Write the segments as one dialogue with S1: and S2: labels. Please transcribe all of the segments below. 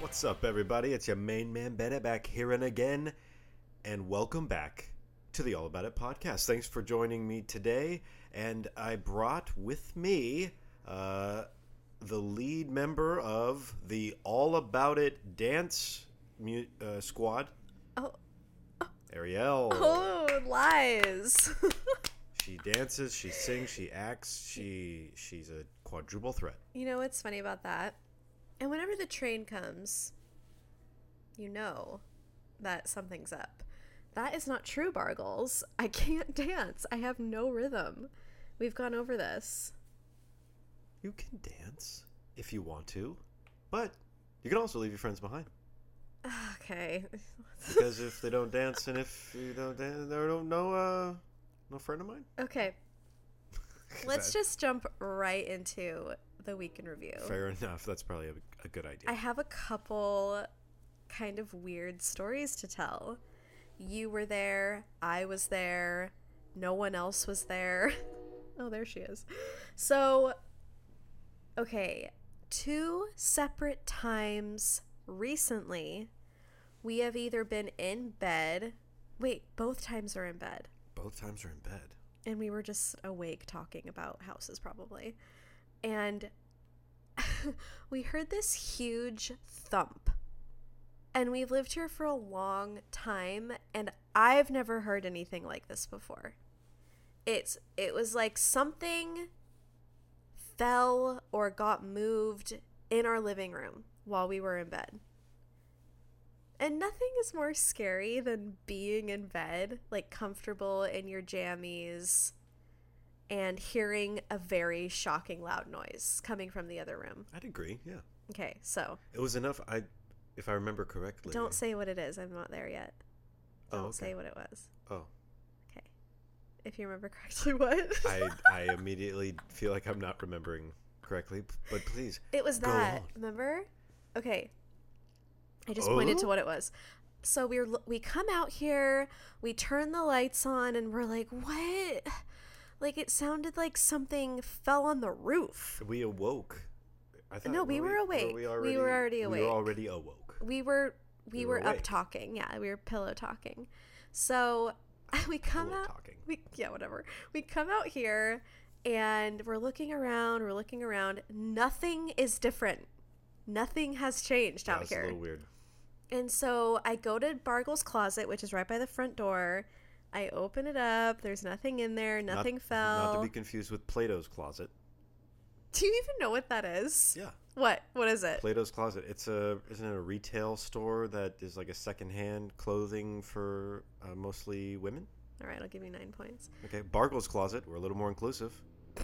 S1: What's up, everybody? It's your main man Bennett back here and again, and welcome back to the All About It podcast. Thanks for joining me today, and I brought with me uh, the lead member of the All About It dance mu- uh, squad.
S2: Oh.
S1: Ariel.
S2: Oh, lies.
S1: She dances, she sings, she acts, she she's a quadruple threat.
S2: you know what's funny about that? And whenever the train comes, you know that something's up. That is not true, Bargles. I can't dance. I have no rhythm. We've gone over this.
S1: You can dance if you want to, but you can also leave your friends behind.
S2: Okay.
S1: because if they don't dance and if you don't dance, there don't no uh no friend of mine.
S2: okay. Let's just jump right into the week in review.
S1: fair enough. That's probably a, a good idea.
S2: I have a couple kind of weird stories to tell. You were there, I was there, no one else was there. oh, there she is. So, okay, two separate times recently, we have either been in bed. Wait, both times are in bed.
S1: Both times are in bed.
S2: And we were just awake talking about houses, probably. And we heard this huge thump. And we've lived here for a long time, and I've never heard anything like this before. It's it was like something fell or got moved in our living room while we were in bed. And nothing is more scary than being in bed, like comfortable in your jammies, and hearing a very shocking loud noise coming from the other room.
S1: I'd agree. Yeah,
S2: Okay, so
S1: it was enough. I, if I remember correctly.
S2: don't say what it is. I'm not there yet.
S1: Oh,
S2: Don't
S1: okay.
S2: say what it was.
S1: Oh,
S2: Okay. If you remember correctly, what?
S1: I I immediately feel like I'm not remembering correctly. p- But please,
S2: It was
S1: Go
S2: that.
S1: on.
S2: Remember? Okay. I just pointed to
S1: Oh?
S2: what it was. So we are we come out here, we turn the lights on, and we're like, what? Like it sounded like something fell on the roof.
S1: we awoke. I thought,
S2: No, we were awake.
S1: We,
S2: We were
S1: already,
S2: already
S1: We
S2: awake.
S1: were already awoke.
S2: We were we,
S1: We were
S2: were, up
S1: awake.
S2: talking. Yeah, we were pillow talking. So we come
S1: Pillow
S2: out.
S1: talking.
S2: We yeah, whatever. We come out here, and we're looking around. We're looking around. Nothing is different. Nothing has changed
S1: That
S2: out
S1: was
S2: here.
S1: a little weird.
S2: And so I go to Bargle's closet, which is right by the front door. I open it up. There's nothing in there.
S1: Not-
S2: Nothing
S1: Not
S2: fell.
S1: to be confused with Plato's closet.
S2: Do you even know what that is?
S1: Yeah.
S2: What? What is it?
S1: Plato's Closet. It's a isn't it a retail store that is like a secondhand clothing for uh, mostly women.
S2: All right, I'll give you nine points.
S1: Okay, Bargle's Closet. We're a little more inclusive.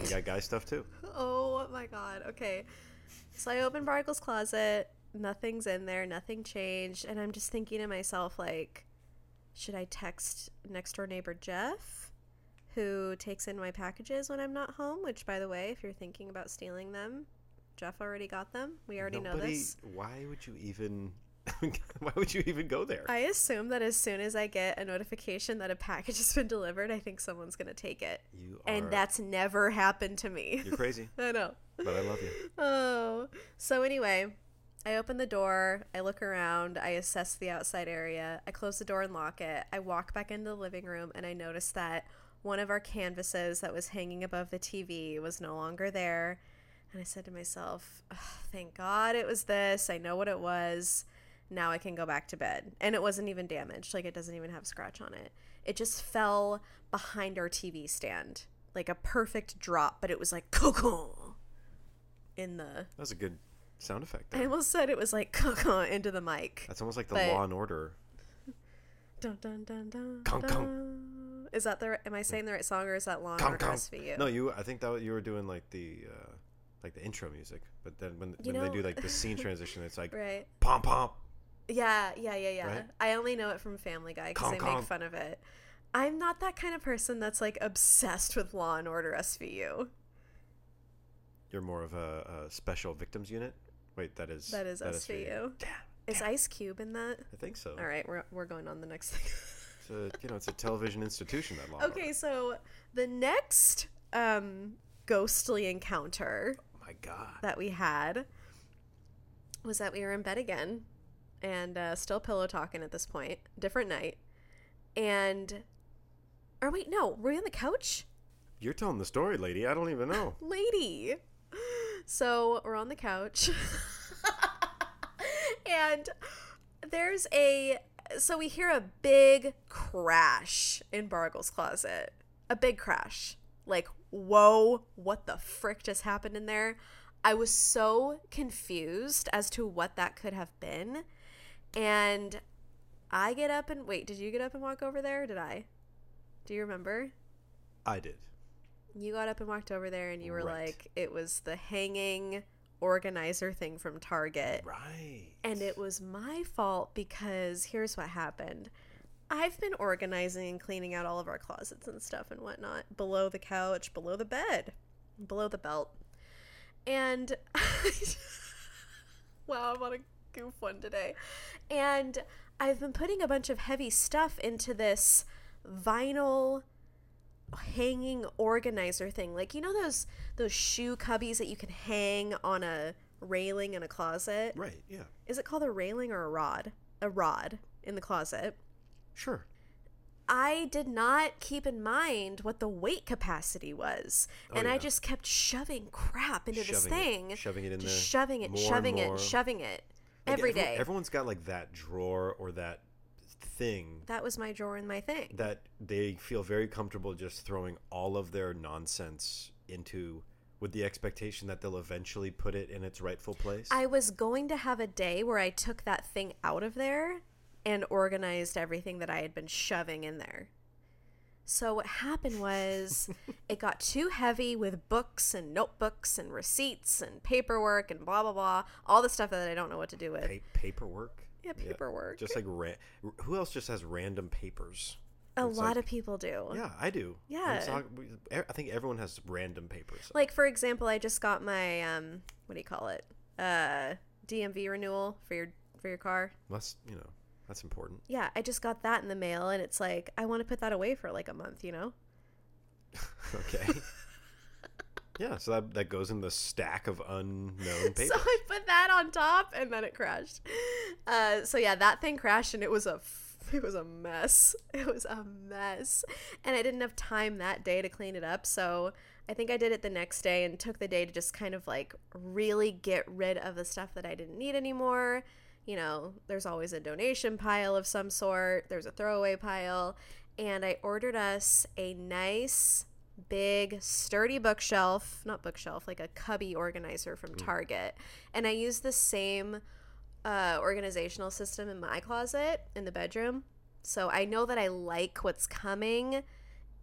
S1: We got guy stuff too.
S2: Oh my god. Okay. So I open Bargle's closet. Nothing's in there. Nothing changed. And I'm just thinking to myself, like, should I text next door neighbor Jeff, who takes in my packages when I'm not home? Which, by the way, if you're thinking about stealing them, Jeff already got them. We already know
S1: Nobody-
S2: this.
S1: Why would you even? why would you even go there?
S2: I assume that as soon as I get a notification that a package has been delivered, I think someone's going to take it.
S1: you are.
S2: And that's never happened to me.
S1: you're crazy,
S2: I know.
S1: but I love you.
S2: Oh. So anyway, I open the door, I look around, I assess the outside area, I close the door and lock it. I walk back into the living room and I notice that one of our canvases that was hanging above the TV was no longer there. And I said to myself, "Ugh, thank God it was this. I know what it was. Now I can go back to bed. And it wasn't even damaged. Like, it doesn't even have scratch on it. It just fell behind our TV stand. Like a perfect drop, but it was like, cocoon in the
S1: That was a good sound effect.
S2: I
S1: There.
S2: almost said it was like caca into the mic.
S1: That's almost like the
S2: but-
S1: Law and Order.
S2: Dun dun dun dun.
S1: Conk, conk.
S2: dun. Is that the right, am I saying the right song or is that Law and
S1: Come,
S2: Order
S1: come.
S2: SVU?
S1: No, you. I think that you were doing like the. Uh, like the intro music, but then when, when
S2: You
S1: they
S2: know-
S1: do like the scene transition, it's like
S2: Right.
S1: pom pom.
S2: Yeah, yeah, yeah, yeah.
S1: Right?
S2: I only know it from Family Guy because
S1: Conk,
S2: they
S1: conk.
S2: make fun of it. I'm not that kind of person that's like obsessed with Law and Order SVU.
S1: You're more of a, a special victims unit. Wait, that is
S2: That is SVU.
S1: Damn, Oh.
S2: Is Ice Cube in that?
S1: I think so.
S2: All right, we're, we're going on the next thing.
S1: It's a, you know, it's a television institution that law.
S2: okay, so the next um, ghostly encounter
S1: Oh my God.
S2: that we had was that we were in bed again and uh, still pillow talking at this point. Different night. And, or wait, no, were we on the couch?
S1: You're telling the story, lady. I don't even know.
S2: lady. So we're on the couch. and there's a so we hear a big crash in Bargle's closet. A big crash. Like, whoa, what the frick just happened in there? I was so confused as to what that could have been. And I get up and wait, did you get up and walk over there? Or did I? Do you remember?
S1: I did.
S2: You got up and walked over there and you were
S1: Right.
S2: like, it was the hanging organizer thing from Target.
S1: Right.
S2: And it was my fault because here's what happened. I've been organizing and cleaning out all of our closets and stuff and whatnot below the couch, below the bed, below the belt. And wow, I'm on a goof one today. And I've been putting a bunch of heavy stuff into this vinyl hanging organizer thing. Like you know those those shoe cubbies that you can hang on a railing in a closet?
S1: Right. Yeah.
S2: is it called a railing or a rod? A rod in the closet.
S1: Sure.
S2: I did not keep in mind what the weight capacity was.
S1: Oh,
S2: and I
S1: yeah.
S2: just kept shoving crap into this
S1: Shoving it,
S2: thing.
S1: shoving it in
S2: just
S1: there
S2: shoving it,
S1: more and
S2: shoving
S1: more.
S2: it, shoving it
S1: Like,
S2: every
S1: everyone-
S2: day.
S1: Everyone's got like that drawer or that thing
S2: that was my drawer and my thing.
S1: that they feel very comfortable just throwing all of their nonsense into with the expectation that they'll eventually put it in its rightful place.
S2: I was going to have a day where I took that thing out of there and organized everything that I had been shoving in there. So what happened was it got too heavy with books and notebooks and receipts and paperwork and blah blah blah, all the stuff that I don't know what to do with.
S1: Pa- paperwork.
S2: Yeah, paperwork.
S1: Just like ra- who else just has random papers?
S2: a
S1: it's
S2: lot
S1: like-
S2: of people do.
S1: Yeah, I do. I'm
S2: Yeah.
S1: talk- we- e- I think everyone has random papers.
S2: Like for example, I just got my um what do you call it? Uh DMV renewal for your for your car.
S1: That's you know that's important.
S2: yeah, I just got that in the mail, and it's like I want to put that away for like a month, you know?
S1: Okay. yeah, so that that goes in the stack of unknown papers.
S2: So I put that on top, and then it crashed. Uh, so yeah, that thing crashed, and it was a f- it was a mess. It was a mess, and I didn't have time that day to clean it up. So I think I did it the next day, and took the day to just kind of like really get rid of the stuff that I didn't need anymore. You know, there's always a donation pile of some sort. There's a throwaway pile, and I ordered us a nice big sturdy bookshelf not bookshelf like a cubby organizer from
S1: Mm.
S2: target and i use the same uh, organizational system in my closet in the bedroom so i know that i like what's coming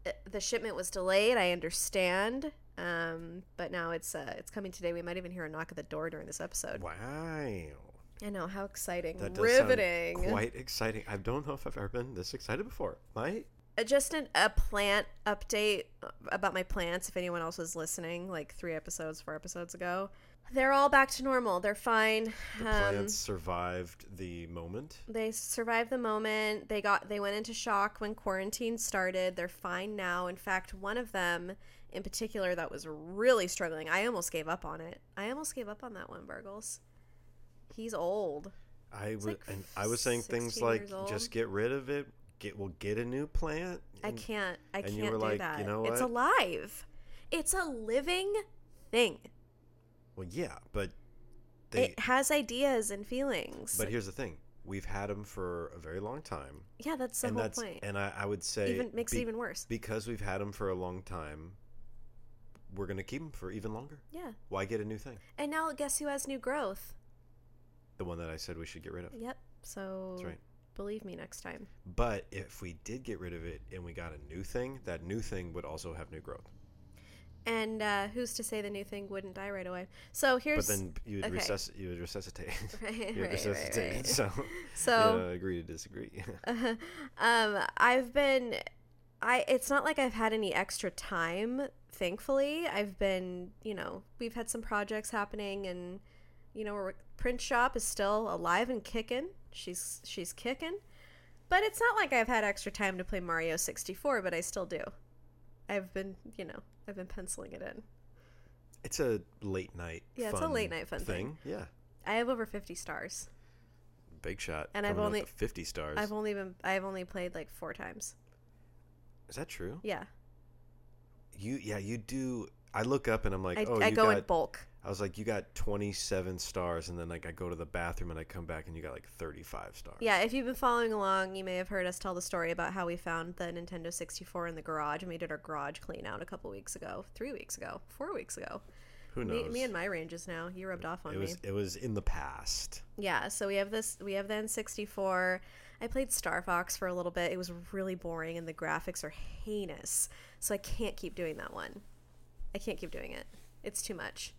S2: Uh, the shipment was delayed i understand um, but now it's uh, it's coming today we might even hear a knock at the door during this episode
S1: wow.
S2: i know how exciting
S1: That does
S2: riveting
S1: Sound quite exciting. I don't know if I've ever been this excited before. My
S2: Uh, just an, a plant update about my plants if anyone else was listening like three episodes four episodes ago they're all back to normal they're fine Um,
S1: the plants survived the moment.
S2: they survived the moment they got they went into shock when quarantine started they're fine now in fact one of them in particular that was really struggling i almost gave up on it i almost gave up on that one burgles he's old
S1: I was
S2: like
S1: and I was saying
S2: 16
S1: things like
S2: years old.
S1: just get rid of it. Get we'll get a new plant.
S2: I
S1: and-
S2: can't. I
S1: Mm. and
S2: can't
S1: you were
S2: do
S1: like, "You
S2: that.
S1: know
S2: It's
S1: what?"
S2: alive. It's a living thing.
S1: Well, yeah, but they.
S2: it has ideas and feelings.
S1: but here's the thing: we've had them for a very long time,
S2: yeah, that's the
S1: and
S2: whole
S1: that's
S2: point.
S1: and I, I would say
S2: even makes it
S1: be-
S2: even worse.
S1: because we've had them for a long time. We're gonna keep them for even longer.
S2: yeah.
S1: Why get a new thing?
S2: And now guess who has new growth?
S1: The one that I said we should get rid of.
S2: Yep. So
S1: That's right.
S2: believe me next time.
S1: But if we did get rid of it and we got a new thing, that new thing would also have new growth.
S2: And uh, who's to say the new thing wouldn't die right away? So here's
S1: but then you would
S2: okay.
S1: resusc- you would resuscitate.
S2: Right,
S1: you would
S2: right, right,
S1: resuscitate.
S2: right.
S1: So,
S2: So- Uh,
S1: yeah, agree to disagree.
S2: um i've been i it's not like i've had any extra time thankfully i've been you know we've had some projects happening and you know our print shop is still alive and kicking she's she's kicking but it's not like i've had extra time to play mario 64 but i still do i've been you know i've been penciling it in
S1: it's a late night.
S2: Yeah, it's a late night fun thing.
S1: Yeah,
S2: i have over 50 stars
S1: Big shot.
S2: And I've
S1: coming up
S2: only-
S1: with fifty stars.
S2: I've only been I've only played like four times.
S1: Is that true?
S2: Yeah,
S1: You yeah you do. I look up and I'm like,
S2: I,
S1: oh,
S2: I
S1: you
S2: go
S1: got.
S2: in bulk.
S1: I was like, you got 27 stars, and then like I go to the bathroom and I come back and you got like 35 stars.
S2: Yeah, if you've been following along, you may have heard us tell the story about how we found the Nintendo 64 in the garage and we did our garage clean out a couple weeks ago, three weeks ago, four weeks ago.
S1: Who knows?
S2: Me, me and my ranges now. You rubbed off on
S1: it was
S2: me.
S1: it was in the past.
S2: Yeah, so we have this. We have the N64. I played Star Fox for a little bit. It was really boring, and the graphics are heinous. So I can't keep doing that one. I can't keep doing it. It's too much.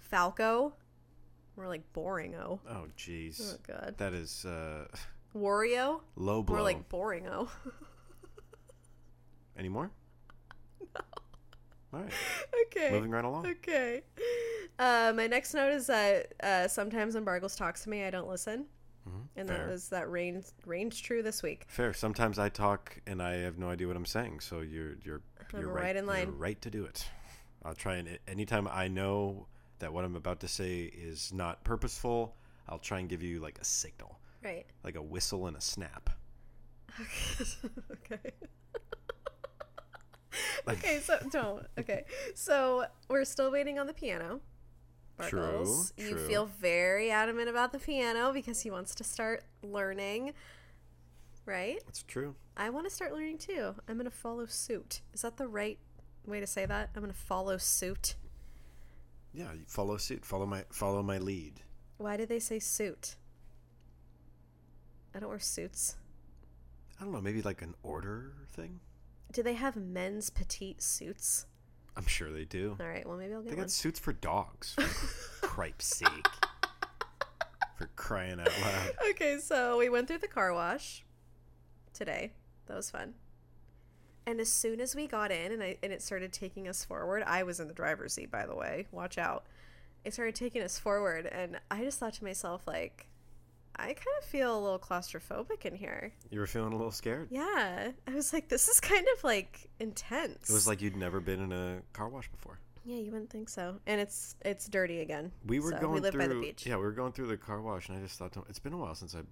S2: Falco, more like boring. Oh,
S1: Oh jeez,
S2: oh god.
S1: that is uh,
S2: Wario,
S1: low blow.
S2: more like boring. Oh.
S1: Any more? No. All right,
S2: okay.
S1: moving right along.
S2: Okay. Uh, my next note is that uh, sometimes when Bargles talks to me, I don't listen,
S1: Mhm,
S2: and
S1: fair.
S2: that was that range range true this week.
S1: Fair. Sometimes I talk and I have no idea what I'm saying, so you're you're
S2: I'm
S1: you're
S2: right in line.
S1: You're right to do it. I'll try and anytime I know that what I'm about to say is not purposeful, I'll try and give you like a signal,
S2: Right.
S1: like a whistle and a snap.
S2: okay. okay. So don't. Okay. So we're still waiting on the piano.
S1: True,
S2: Bargles, you
S1: true.
S2: feel very adamant about the piano because he wants to start learning, right?
S1: That's true.
S2: I want to start learning too. I'm going to follow suit. Is that the right way to say that? I'm going to follow suit.
S1: Yeah, you follow suit. Follow my follow my lead.
S2: Why do they say suit? I don't wear suits.
S1: I don't know, maybe like an order thing.
S2: Do they have men's petite suits?
S1: I'm sure they do.
S2: All right, well, maybe I'll
S1: They
S2: get one.
S1: got suits for dogs. For cripe's sake. For crying out loud.
S2: Okay, so we went through the car wash today. That was fun. And as soon as we got in and, I, and it started taking us forward, I was in the driver's seat, by the way. Watch out. It started taking us forward, and I just thought to myself, like, I kind of feel a little claustrophobic in here.
S1: You were feeling a little scared.
S2: Yeah. I was like, this is kind of like intense.
S1: It was like you'd never been in a car wash before.
S2: Yeah, you wouldn't think so. And it's it's dirty again.
S1: We were
S2: So,
S1: going
S2: we live
S1: through
S2: by the beach.
S1: Yeah, we were going through the car wash and I just thought to- it's been a while since I've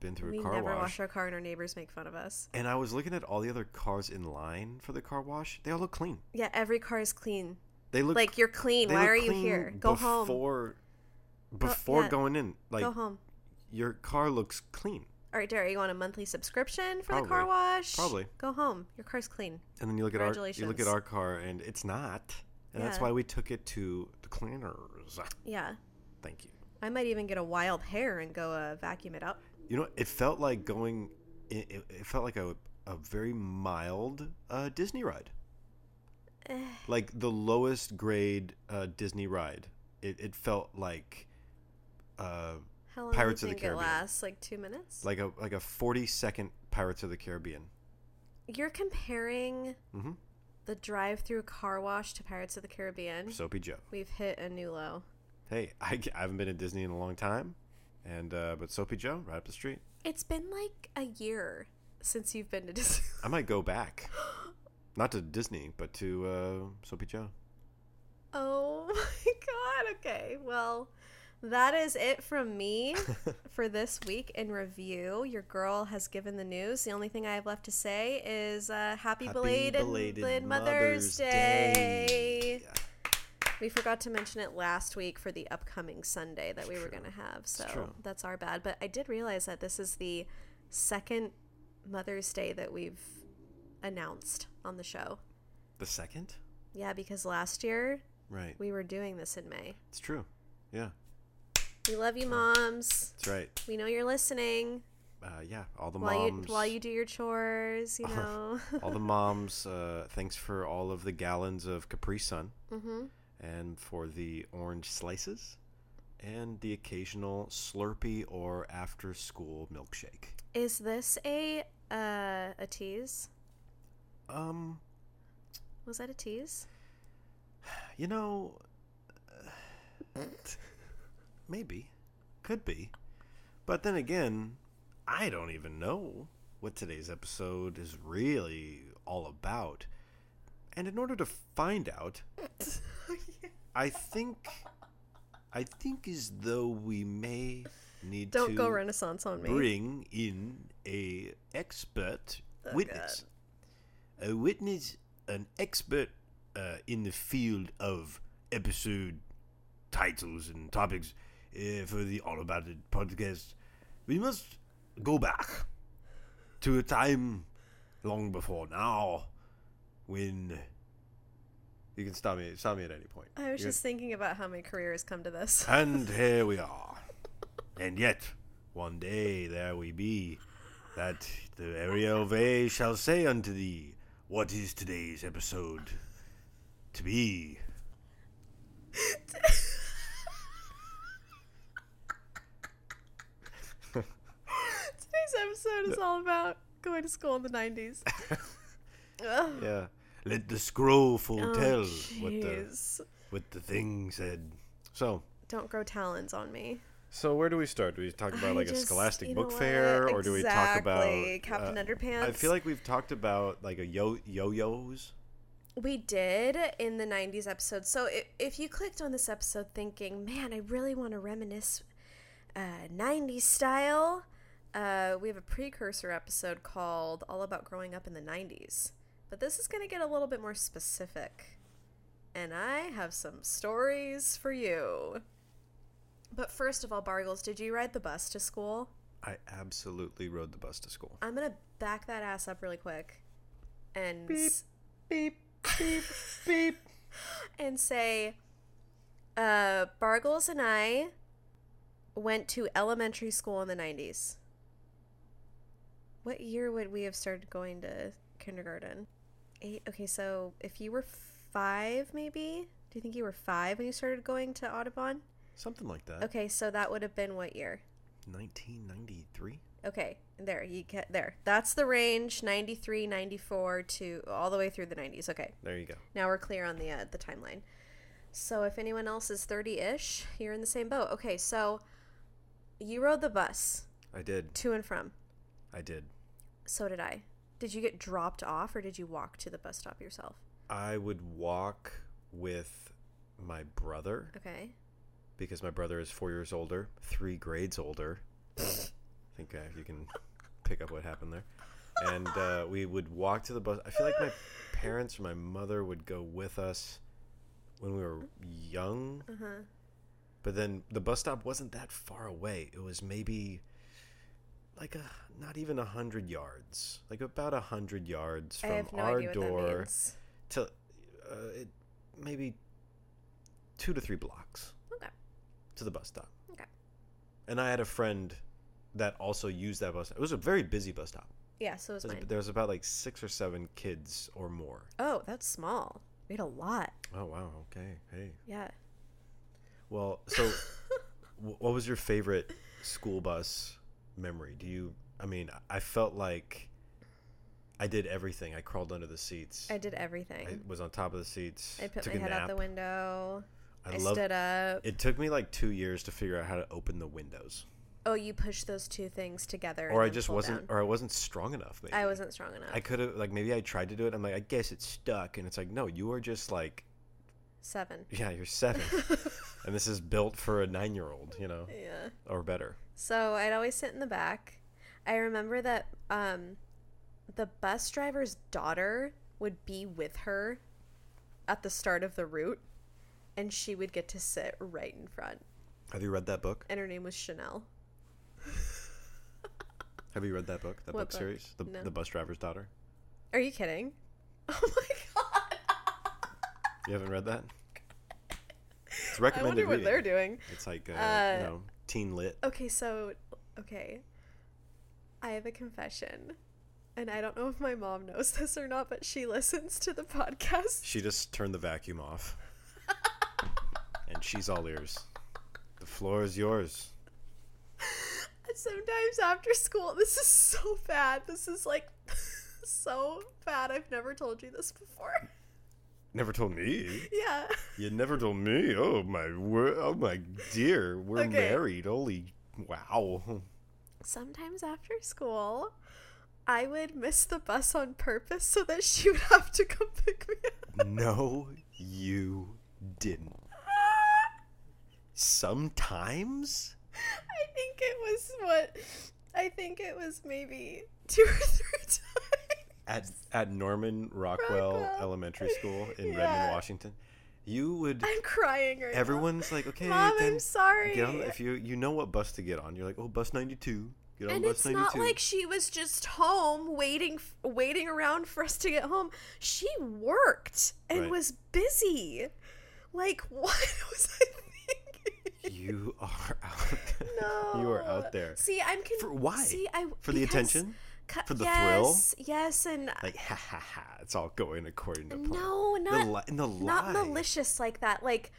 S1: been through
S2: we
S1: a car
S2: never
S1: wash.
S2: wash our car and our neighbors make fun of us.
S1: and I was looking at all the other cars in line for the car wash. They all look clean.
S2: Yeah, every car is clean.
S1: They look
S2: Like you're clean.
S1: they
S2: Why
S1: look
S2: are you
S1: clean
S2: here? Go home.
S1: before before
S2: yeah.
S1: going in. Like
S2: Go home.
S1: your car looks clean.
S2: All right, Derek, you want a monthly subscription for the car
S1: Probably.
S2: wash?
S1: Probably.
S2: Go home. Your car's clean.
S1: And then you look at our you look
S2: Congratulations.
S1: at our car and it's not. And that's
S2: Yeah.
S1: why we took it to the cleaners.
S2: Yeah.
S1: Thank you.
S2: I might even get a wild hair and go uh, vacuum it up.
S1: You know, it felt like going. It, it, it felt like a a very mild uh, Disney ride,
S2: Eh,
S1: like the lowest grade uh, Disney ride. It, it felt like uh,
S2: How long
S1: Pirates
S2: do
S1: of
S2: you
S1: the
S2: think it
S1: Caribbean.
S2: lasts? Like two minutes?
S1: like a like a forty second Pirates of the Caribbean.
S2: You're comparing
S1: Mm-hmm.
S2: the drive-through car wash to Pirates of the Caribbean.
S1: Soapy Joe.
S2: We've hit a new low.
S1: Hey, I, I haven't been in Disney in a long time, and uh, but Soapy Joe right up the street.
S2: It's been like a year since you've been to Disney.
S1: I might go back. Not to Disney, but to uh, Soapy Joe.
S2: oh my god. Okay. Well, that is it from me for this week in review. Your girl has given the news. The only thing I have left to say is uh, happy, belated, belated Mother's Day. We forgot to mention it last week for the upcoming Sunday that
S1: It's
S2: we were
S1: true.
S2: going to have. So
S1: true.
S2: that's our bad. But I did realize that this is the second Mother's Day that we've announced on the show.
S1: The second?
S2: Yeah, because last year
S1: Right.
S2: we were doing this in May.
S1: It's true. Yeah,
S2: We love you, moms.
S1: that's right.
S2: We know you're listening
S1: Uh, yeah, all the
S2: while you
S1: moms.
S2: while you do your chores. You
S1: Oh,
S2: know.
S1: all the moms. Uh, thanks for all of the gallons of Capri Sun
S2: mm-hmm.
S1: and for the orange slices and the occasional Slurpee or after-school milkshake.
S2: Is this a uh, a tease?
S1: Um,
S2: Was that a tease?
S1: you know, uh, maybe, could be, but then again, I don't even know what today's episode is really all about. And in order to find out, I think I think as though we may need
S2: Don't
S1: to
S2: go Renaissance on me.
S1: bring in a expert
S2: Oh,
S1: witness. A witness, an expert uh, in the field of episode titles and topics uh, for the All About It podcast. We must go back to a time long before now when you can stop me stop me at any point.
S2: I was
S1: You're-
S2: just thinking about how my career has come to this.
S1: and here we are. And yet, one day there we be, that the Ariel Vey shall say unto thee, What is today's episode to be?
S2: Today's episode is all about going to school in the 90s. Ugh.
S1: Yeah. Let the scroll full
S2: Oh,
S1: tell what the
S2: jeez.
S1: what the thing said. So
S2: Don't grow talons on me.
S1: so where do we start? Do we talk about
S2: I
S1: like a
S2: just-
S1: scholastic
S2: you know
S1: book
S2: what?
S1: fair, or do we talk about
S2: Exactly. Captain
S1: uh,
S2: Underpants?
S1: I feel like we've talked about like a yo yo-yos.
S2: We did in the 90s episode. So if, if you clicked on this episode thinking, man, I really want to reminisce uh, 90s style, uh, we have a precursor episode called All About Growing Up in the 90s. But this is going to get a little bit more specific. And I have some stories for you. But first of all, Bargles, did you ride the bus to school?
S1: I absolutely rode the bus to school.
S2: I'm going to back that ass up really quick and s-
S1: Beep, beep, beep.
S2: and say, uh, Bargles and I went to elementary school in the 90s. What year would we have started going to kindergarten? Eight. Okay, so if you were five, maybe? Do you think you were five when you started going to Audubon?
S1: Something like that.
S2: Okay, so that would have been what year?
S1: 1993?
S2: Okay, there you get there. That's the range 93, 94 to all the way through the 90s. Okay.
S1: There you go.
S2: Now we're clear on the uh, the timeline. So if anyone else is 30-ish, you're in the same boat. Okay, so you rode the bus
S1: I did.
S2: to and from.
S1: I did.
S2: So did I. Did you get dropped off or did you walk to the bus stop yourself?
S1: I would walk with my brother
S2: Okay.
S1: because my brother is four years older, three grades older. I think uh, you can pick up what happened there. And uh, we would walk to the bus. I feel like my parents or my mother would go with us when we were young.
S2: Uh-huh.
S1: But then the bus stop wasn't that far away. It was maybe like a not even a hundred yards, like about a hundred yards
S2: I
S1: from
S2: have no
S1: our
S2: idea what that
S1: door
S2: means.
S1: to uh, it, maybe two to three blocks
S2: Okay.
S1: to the bus stop.
S2: Okay.
S1: And I had a friend that also used that bus. It was a very busy bus stop.
S2: Yeah, so it was
S1: There was-
S2: mine.
S1: there was about like six or seven kids or more.
S2: Oh, that's small. We had a lot.
S1: Oh wow! Okay, hey.
S2: Yeah.
S1: Well, so wh- what was your favorite school bus memory? Do you I mean, I felt like I did everything. I crawled under the seats.
S2: I did everything.
S1: was on top of the seats.
S2: I, put
S1: took
S2: my
S1: a
S2: head
S1: nap.
S2: out the window. I,
S1: I loved
S2: stood up.
S1: It took me like 2 years to figure out how to open the windows.
S2: Oh, you pushed those two things together.
S1: or
S2: and
S1: I
S2: then
S1: just
S2: pulled
S1: wasn't
S2: down.
S1: or I wasn't strong enough maybe.
S2: I wasn't strong enough.
S1: I could have like maybe I tried to do it. I'm like I guess it's stuck and it's like no, you are just like
S2: Seven.
S1: yeah, you're 7 and this is built for a 9-year-old, you know,
S2: Yeah.
S1: or better.
S2: So I'd always sit in the back. I remember that um, the bus driver's daughter would be with her at the start of the route, and she would get to sit right in front.
S1: Have you read that book?
S2: And her name was Chanel.
S1: Have you read that book? That
S2: What
S1: book,
S2: book?
S1: series, the,
S2: No.
S1: the Bus Driver's Daughter.
S2: Are you kidding? Oh my god!
S1: You haven't read that? It's
S2: I
S1: recommended
S2: wonder what
S1: reading.
S2: they're doing.
S1: It's like uh,
S2: Uh,
S1: you know, teen lit.
S2: Okay, so okay. I have a confession. And I don't know if my mom knows this or not, but she listens to the podcast.
S1: She just turned the vacuum off, and she's all ears. The floor is yours.
S2: And sometimes after school, this is so bad. This is like so bad. I've never told you this before.
S1: Never told me.
S2: Yeah.
S1: You never told me. Oh my word. Oh my dear. We're
S2: Okay.
S1: married. Holy wow.
S2: Sometimes after school, I would miss the bus on purpose so that she would have to come pick me up.
S1: No, you didn't. Sometimes.
S2: I think it was what I think it was maybe two or three times.
S1: at at Norman Rockwell,
S2: Rockwell.
S1: Elementary School in
S2: Yeah.
S1: Redmond, Washington. You would.
S2: I'm crying right now.
S1: Everyone's like, okay,
S2: Mom,
S1: then
S2: I'm sorry.
S1: get on. If you you know what bus to get on, you're like, oh, bus ninety two. Get on
S2: and
S1: bus
S2: it's
S1: ninety
S2: not
S1: two.
S2: like she was just home waiting f- waiting around for us to get home. She worked and
S1: Right.
S2: was busy. Like what was I thinking?
S1: you are out.
S2: No.
S1: you are out there.
S2: See, I'm con-
S1: For why?
S2: See, I
S1: For the
S2: because-
S1: attention?
S2: Cu-
S1: For the thrill?
S2: yes, thrill? Yes, and uh,
S1: Like ha ha ha! It's all going according to plan.
S2: no,
S1: the
S2: not
S1: li- and the
S2: not
S1: lie.
S2: malicious like that. Like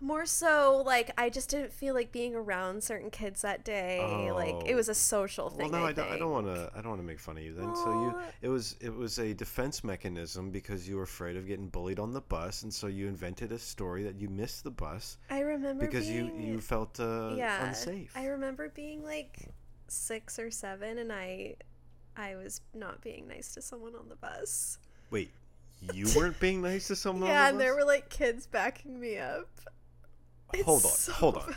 S2: more so like I just didn't feel like being around certain kids that day. Like it
S1: Oh.
S2: was a social
S1: Well,
S2: thing.
S1: no, I,
S2: I,
S1: don't. I
S2: think.
S1: don't want to. I don't want to make fun of you then. so you,
S2: Aw.
S1: it was, it was a defense mechanism because you were afraid of getting bullied on the bus, and so you invented a story that you missed the bus
S2: I remember
S1: because you
S2: being,
S1: you felt uh,
S2: yeah,
S1: unsafe.
S2: I remember being like six or seven, and I I was not being nice to someone on the bus.
S1: Wait, you weren't being nice to someone.
S2: yeah,
S1: on
S2: and
S1: the
S2: there
S1: bus?
S2: were like kids backing me up. It's
S1: Hold on,
S2: so
S1: hold on,
S2: bad.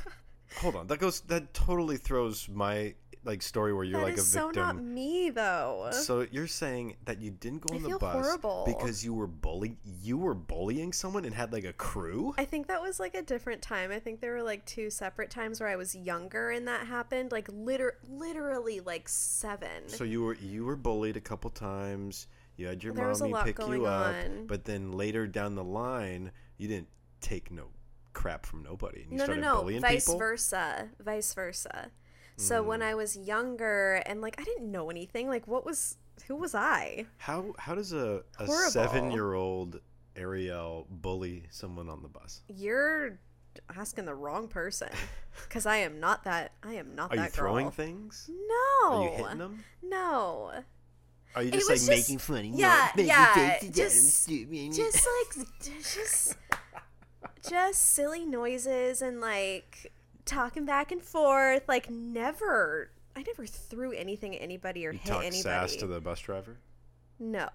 S1: hold on. That goes. That totally throws my like story where you're
S2: That
S1: like
S2: is
S1: a
S2: so
S1: victim.
S2: not me though.
S1: So you're saying that you didn't go
S2: I
S1: on the
S2: feel
S1: bus
S2: horrible.
S1: because you were bullied? You were bullying someone and had like a crew.
S2: I think that was like a different time. I think there were like two separate times where I was younger and that happened. Like liter- literally like seven.
S1: So you were you were bullied a couple times. You had your
S2: There was a
S1: mommy
S2: lot
S1: pick
S2: going
S1: you up,
S2: on.
S1: but then later down the line, you didn't take no crap from nobody. And you
S2: no, no,
S1: started
S2: no.
S1: bullying
S2: Vice
S1: people. Hmm.
S2: versa. Vice versa. So when I was younger and like I didn't know anything, like what was who was I?
S1: How how does a, a
S2: Horrible.
S1: seven year old Ariel bully someone on the bus?
S2: You're asking the wrong person because I am not that. I am not
S1: Are
S2: that
S1: you throwing
S2: girl.
S1: things?
S2: No.
S1: Are you hitting them?
S2: No.
S1: Are you
S2: It
S1: just like
S2: was just-
S1: making fun? of
S2: yeah,
S1: making
S2: yeah,
S1: faces at them,
S2: just-
S1: stupid?
S2: just like just just silly noises and like talking back and forth like never i never threw anything at anybody or
S1: you
S2: hit
S1: talk
S2: anybody
S1: sass to the bus driver.
S2: no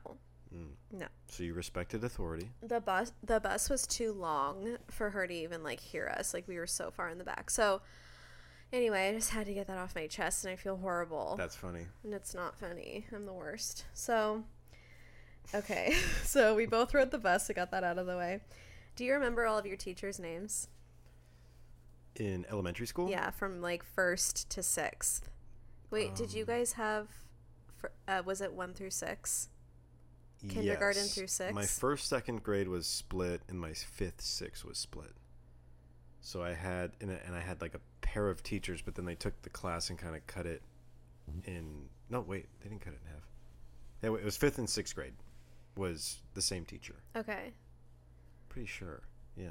S1: Mm.
S2: No.
S1: So you respected authority.
S2: the bus the bus was too long for her to even like hear us like we were so far in the back so anyway i just had to get that off my chest and i feel horrible
S1: That's funny.
S2: and it's not funny. I'm the worst. So, okay. so we both rode the bus. I got that out of the way. Do you remember all of your teachers' names?
S1: In elementary school.
S2: Yeah, from like first to sixth. Wait, did you guys have? fir- Uh, was it one through six? Kindergarten through
S1: My
S2: six?
S1: first, second grade was split, and my fifth, sixth was split. So I had and I, and I had like a pair of teachers, but then they took the class and kind of cut it in. No, wait, they didn't cut it in half. Yeah, wait, it was fifth and sixth grade was the same teacher.
S2: Okay.
S1: Pretty sure. Yeah.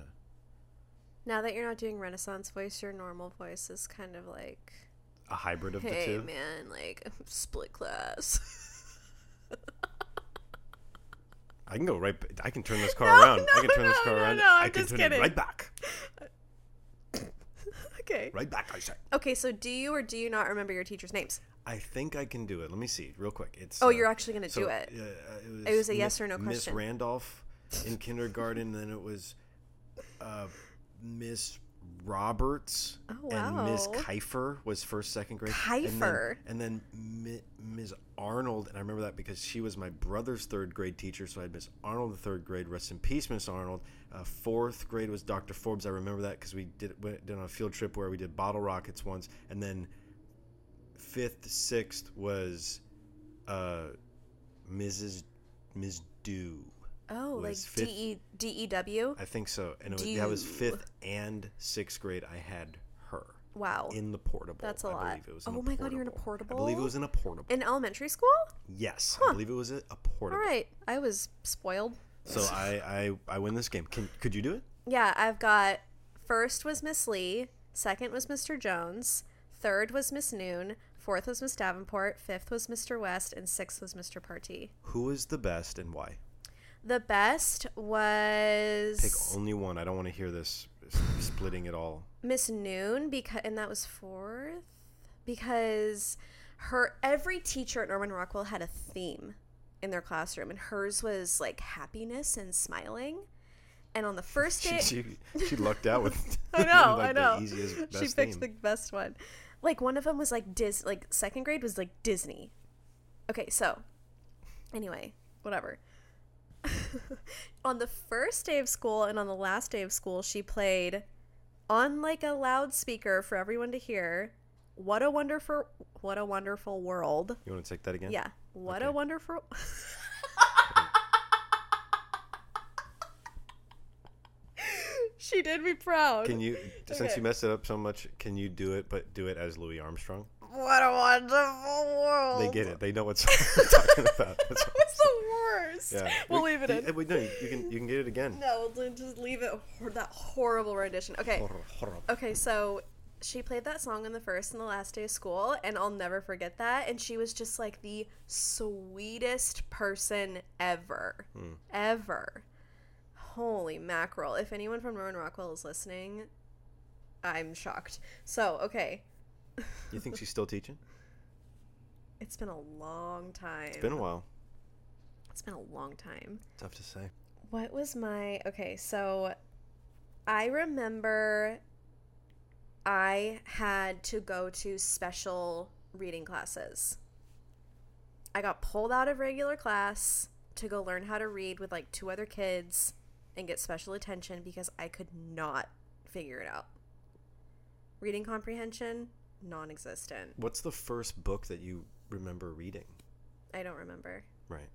S2: Now that you're not doing Renaissance voice, your normal voice is kind of like,
S1: A hybrid of the
S2: "Hey
S1: two.
S2: man, like split class."
S1: I can go right. b- I can turn this car
S2: No,
S1: around. I
S2: no,
S1: can turn this
S2: no,
S1: car
S2: no,
S1: around.
S2: no, I'm
S1: I can
S2: just
S1: turn
S2: kidding.
S1: it right back.
S2: okay.
S1: Right back. I said.
S2: Okay, so do you or do you not remember your teachers' names?
S1: I think I can do it. Let me see real quick. It's
S2: Oh,
S1: uh,
S2: you're actually gonna do it.
S1: Uh, uh,
S2: It was a
S1: Mi-
S2: yes or no question.
S1: Miss Randolph in kindergarten, then it was uh, Miss Roberts
S2: Oh,
S1: and Miss
S2: wow.
S1: Kiefer was first second grade.
S2: Kiefer.
S1: and then, and then Mi- Ms. Arnold, and I remember that because she was my brother's third grade teacher, so I had Miss Arnold in third grade. Rest in peace, Miss Arnold. Uh, fourth grade was Dr. Forbes. I remember that because we did went did on a field trip where we did bottle rockets once, and then fifth, sixth was uh, Mrs. Ms. Dew.
S2: Oh, like
S1: was fifth-
S2: D E D E W.
S1: I think so. And it was, that was
S2: Dew.
S1: fifth and sixth grade. I had her
S2: Wow. In,
S1: in the portable.
S2: That's a
S1: I
S2: lot.
S1: Believe it was in
S2: Oh
S1: a
S2: my God, you're in a
S1: I believe it
S2: portable?
S1: was in a portable.
S2: elementary school?
S1: yes,
S2: Huh.
S1: I believe it was a, a portable.
S2: All right. I was spoiled.
S1: So I, I I win this game. Can could you do it?
S2: Yeah, I've got first was Miss Lee, second was Mr. Jones, third was Miss Noon, fourth was Miss Davenport, fifth was Mr. West, and sixth was Mr. Partee.
S1: Who is the best and why?
S2: The best
S1: Pick
S2: was
S1: only one. I don't want to hear this s- splitting it all.
S2: Miss Noon because and that was fourth because her every teacher at Norman Rockwell had a theme in their classroom and hers was like happiness and smiling. And on the first
S1: She
S2: day
S1: she, she lucked out with.
S2: I know,
S1: like
S2: I know.
S1: The easiest,
S2: she
S1: best
S2: picked
S1: theme.
S2: the best one. Like one of them was like Dis like second grade was like Disney. Okay, so anyway, whatever. on the first day of school and on the last day of school, she played on like a loudspeaker for everyone to hear. What a wonderful what a wonderful world.
S1: You want to take that again?
S2: Yeah. What a
S1: Okay.
S2: wonderful She did me proud.
S1: Can you, since
S2: Okay.
S1: you messed it up so much, can you do it, but do it as Louis Armstrong?
S2: What a wonderful world.
S1: They get it. They know what song we're talking about. That's all.
S2: That's the worst.
S1: Yeah.
S2: We'll leave it
S1: you-
S2: in.
S1: eh, Wait, no, you you can you can get it again.
S2: No, we'll just leave it hor- that horrible rendition. Okay.
S1: Horror, horror.
S2: Okay, so she played that song on the first and the last day of school, and I'll never forget that. And she was just like the sweetest person ever.
S1: Hmm.
S2: Ever. Holy mackerel. If anyone from Norman Rockwell is listening, I'm shocked. So, okay.
S1: You think she's still teaching?
S2: It's been a long time.
S1: It's been a while.
S2: it's been a long time.
S1: Tough to say.
S2: What was my okay? So I remember I had to go to special reading classes. I got pulled out of regular class to go learn how to read with like two other kids and get special attention because I could not figure it out. Reading comprehension, non existent.
S1: What's the first book that you remember reading?
S2: I don't remember.
S1: Right.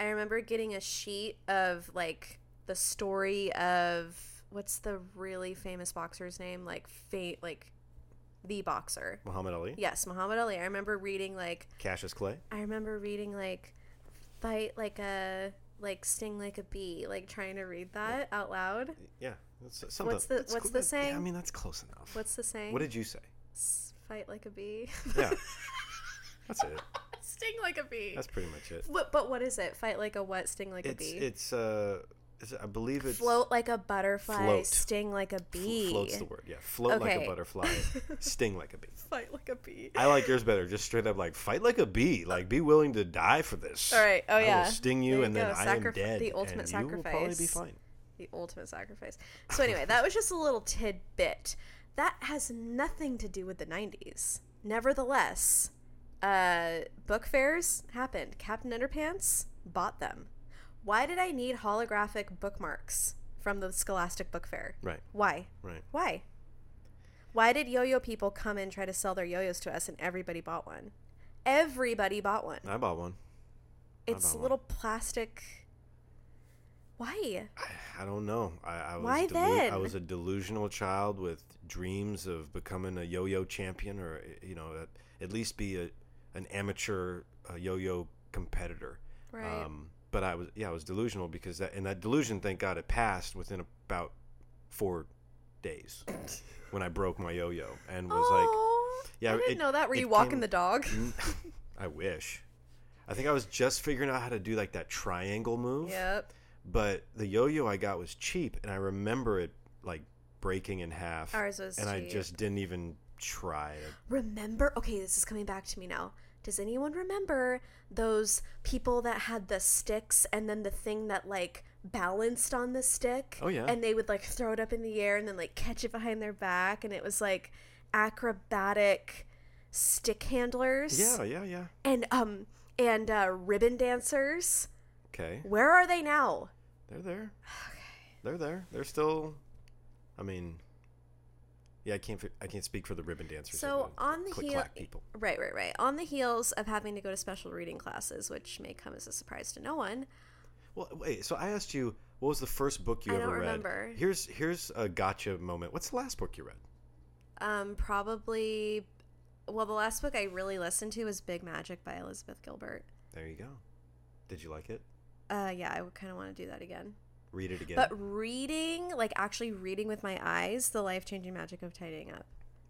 S2: I remember getting a sheet of like the story of what's the really famous boxer's name? Like fate like the boxer.
S1: Muhammad Ali?
S2: Yes, Muhammad Ali. I remember reading like
S1: Cassius Clay?
S2: I remember reading like fight like a like sting like a bee, like trying to read that out loud.
S1: Yeah. That's something.
S2: What's the-
S1: that's
S2: what's
S1: cool.
S2: the
S1: That- yeah, I
S2: saying?
S1: mean, that's close enough.
S2: What's the saying?
S1: What did you say?
S2: S- fight like a bee.
S1: Yeah. that's it.
S2: sting like a bee.
S1: That's pretty much it.
S2: What, but what is it? Fight like a what? Sting like a
S1: It's
S2: bee.
S1: it's uh is it- I believe it's
S2: Float like a butterfly,
S1: Float.
S2: sting like a
S1: fl-
S2: bee.
S1: floats the word. Yeah. Float like a
S2: Okay.
S1: butterfly, sting like a bee.
S2: Fight like a bee.
S1: I like yours better. Just straight up like fight like a bee. Like be willing to die for this.
S2: All right. Oh
S1: I
S2: yeah.
S1: will sting you,
S2: There
S1: and then
S2: go.
S1: I am
S2: Sacrif-
S1: dead.
S2: The ultimate
S1: and
S2: sacrifice.
S1: You will probably be fine.
S2: The ultimate sacrifice. So anyway, that was just a little tidbit. That has nothing to do with the '90s. Nevertheless, uh, book fairs happened. Captain Underpants bought them. Why did I need holographic bookmarks from the Scholastic Book Fair?
S1: Right.
S2: Why?
S1: Right.
S2: Why? Why did yo-yo people come and try to sell their yo-yos to us, and everybody bought one? Everybody bought one.
S1: I bought one.
S2: It's
S1: bought one.
S2: little plastic. Why?
S1: I, I don't know. I, I was
S2: Why
S1: delu- I
S2: then?
S1: was a delusional child with dreams of becoming a yo-yo champion, or eh, you know, at, at least be a an amateur uh yo-yo competitor.
S2: Right.
S1: Um, but I was yeah, I was delusional because that and that delusion, thank God, it passed within about four days when I broke my yo-yo and was like.
S2: oh,
S1: yeah,
S2: I didn't
S1: it-
S2: know that. Were
S1: it
S2: you walking
S1: came-
S2: the dog?
S1: N- I wish. I think I was just figuring out how to do like that triangle move.
S2: Yep.
S1: But the yo-yo I got was cheap, and I remember it like breaking in half.
S2: Ours was
S1: And I
S2: cheap.
S1: just didn't even try. it.
S2: Remember? Okay, this is coming back to me now. Does anyone remember those people that had the sticks and then the thing that like balanced on the stick?
S1: Oh, yeah.
S2: And they would like throw it up in the air and then like catch it behind their back, and it was like acrobatic stick handlers.
S1: Yeah, yeah, yeah.
S2: And um and uh, ribbon dancers.
S1: Okay,
S2: Where are they now?
S1: they're there. They're there. They're still. I mean, yeah, I can't. fi- I can't speak for the ribbon dancers. they're
S2: So on the
S1: click
S2: heel,
S1: clack people.
S2: right, right, right. On the heels of having to go to special reading classes, which may come as a surprise to no one.
S1: Well, wait. So I asked you, what was the first book you
S2: I
S1: ever
S2: don't
S1: read?
S2: remember.
S1: Here's here's a gotcha moment. What's the last book you read?
S2: Um, probably. Well, the last book I really listened to was Big Magic by Elizabeth Gilbert.
S1: There you go. Did you like it?
S2: Uh, yeah, I would kind of want to do that again.
S1: Read it again.
S2: But reading, like actually reading with my eyes, the life changing magic of tidying up.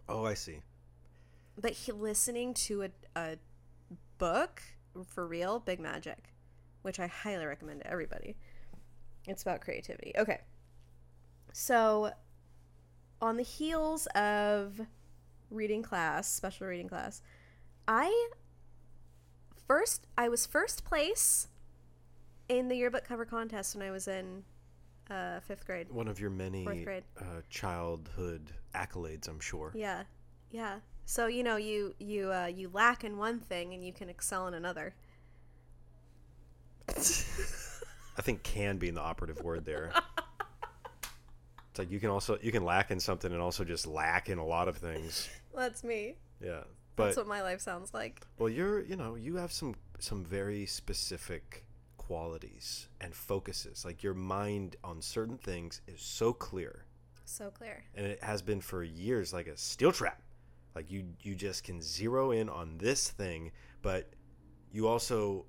S1: oh, I see.
S2: But he, listening to a, a book for real, Big Magic, which I highly recommend to everybody. It's about creativity. Okay. So, on the heels of reading class, special reading class, I first I was first place in the yearbook cover contest when I was in uh, fifth grade.
S1: One of your many
S2: Fourth grade.
S1: Uh, childhood accolades, I'm sure.
S2: Yeah, yeah. So you know you you uh, you lack in one thing and you can excel in another.
S1: I think can being the operative word there. it's like you can also you can lack in something and also just lack in a lot of things.
S2: That's me.
S1: Yeah.
S2: That's
S1: But
S2: what my life sounds like.
S1: well you're you know, you have some some very specific qualities and focuses. Like your mind on certain things is so clear.
S2: So clear.
S1: and it has been for years like a steel trap like you you just can zero in on this thing but you also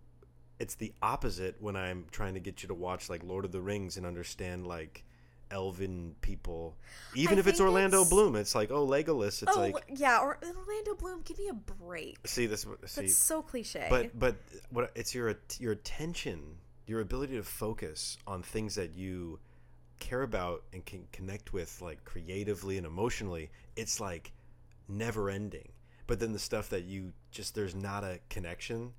S1: it's the opposite when i'm trying to get you to watch like lord of the rings and understand like elven people even
S2: I
S1: if it's
S2: think
S1: orlando
S2: it's-
S1: bloom it's like oh legolas it's
S2: oh
S1: like
S2: yeah, or Orlando Bloom, give me a break.
S1: see this see
S2: That's so cliche.
S1: but but what it's your at- your attention your ability to focus on things that you care about and can connect with like creatively and emotionally it's like never ending but then the stuff that you just there's not a connection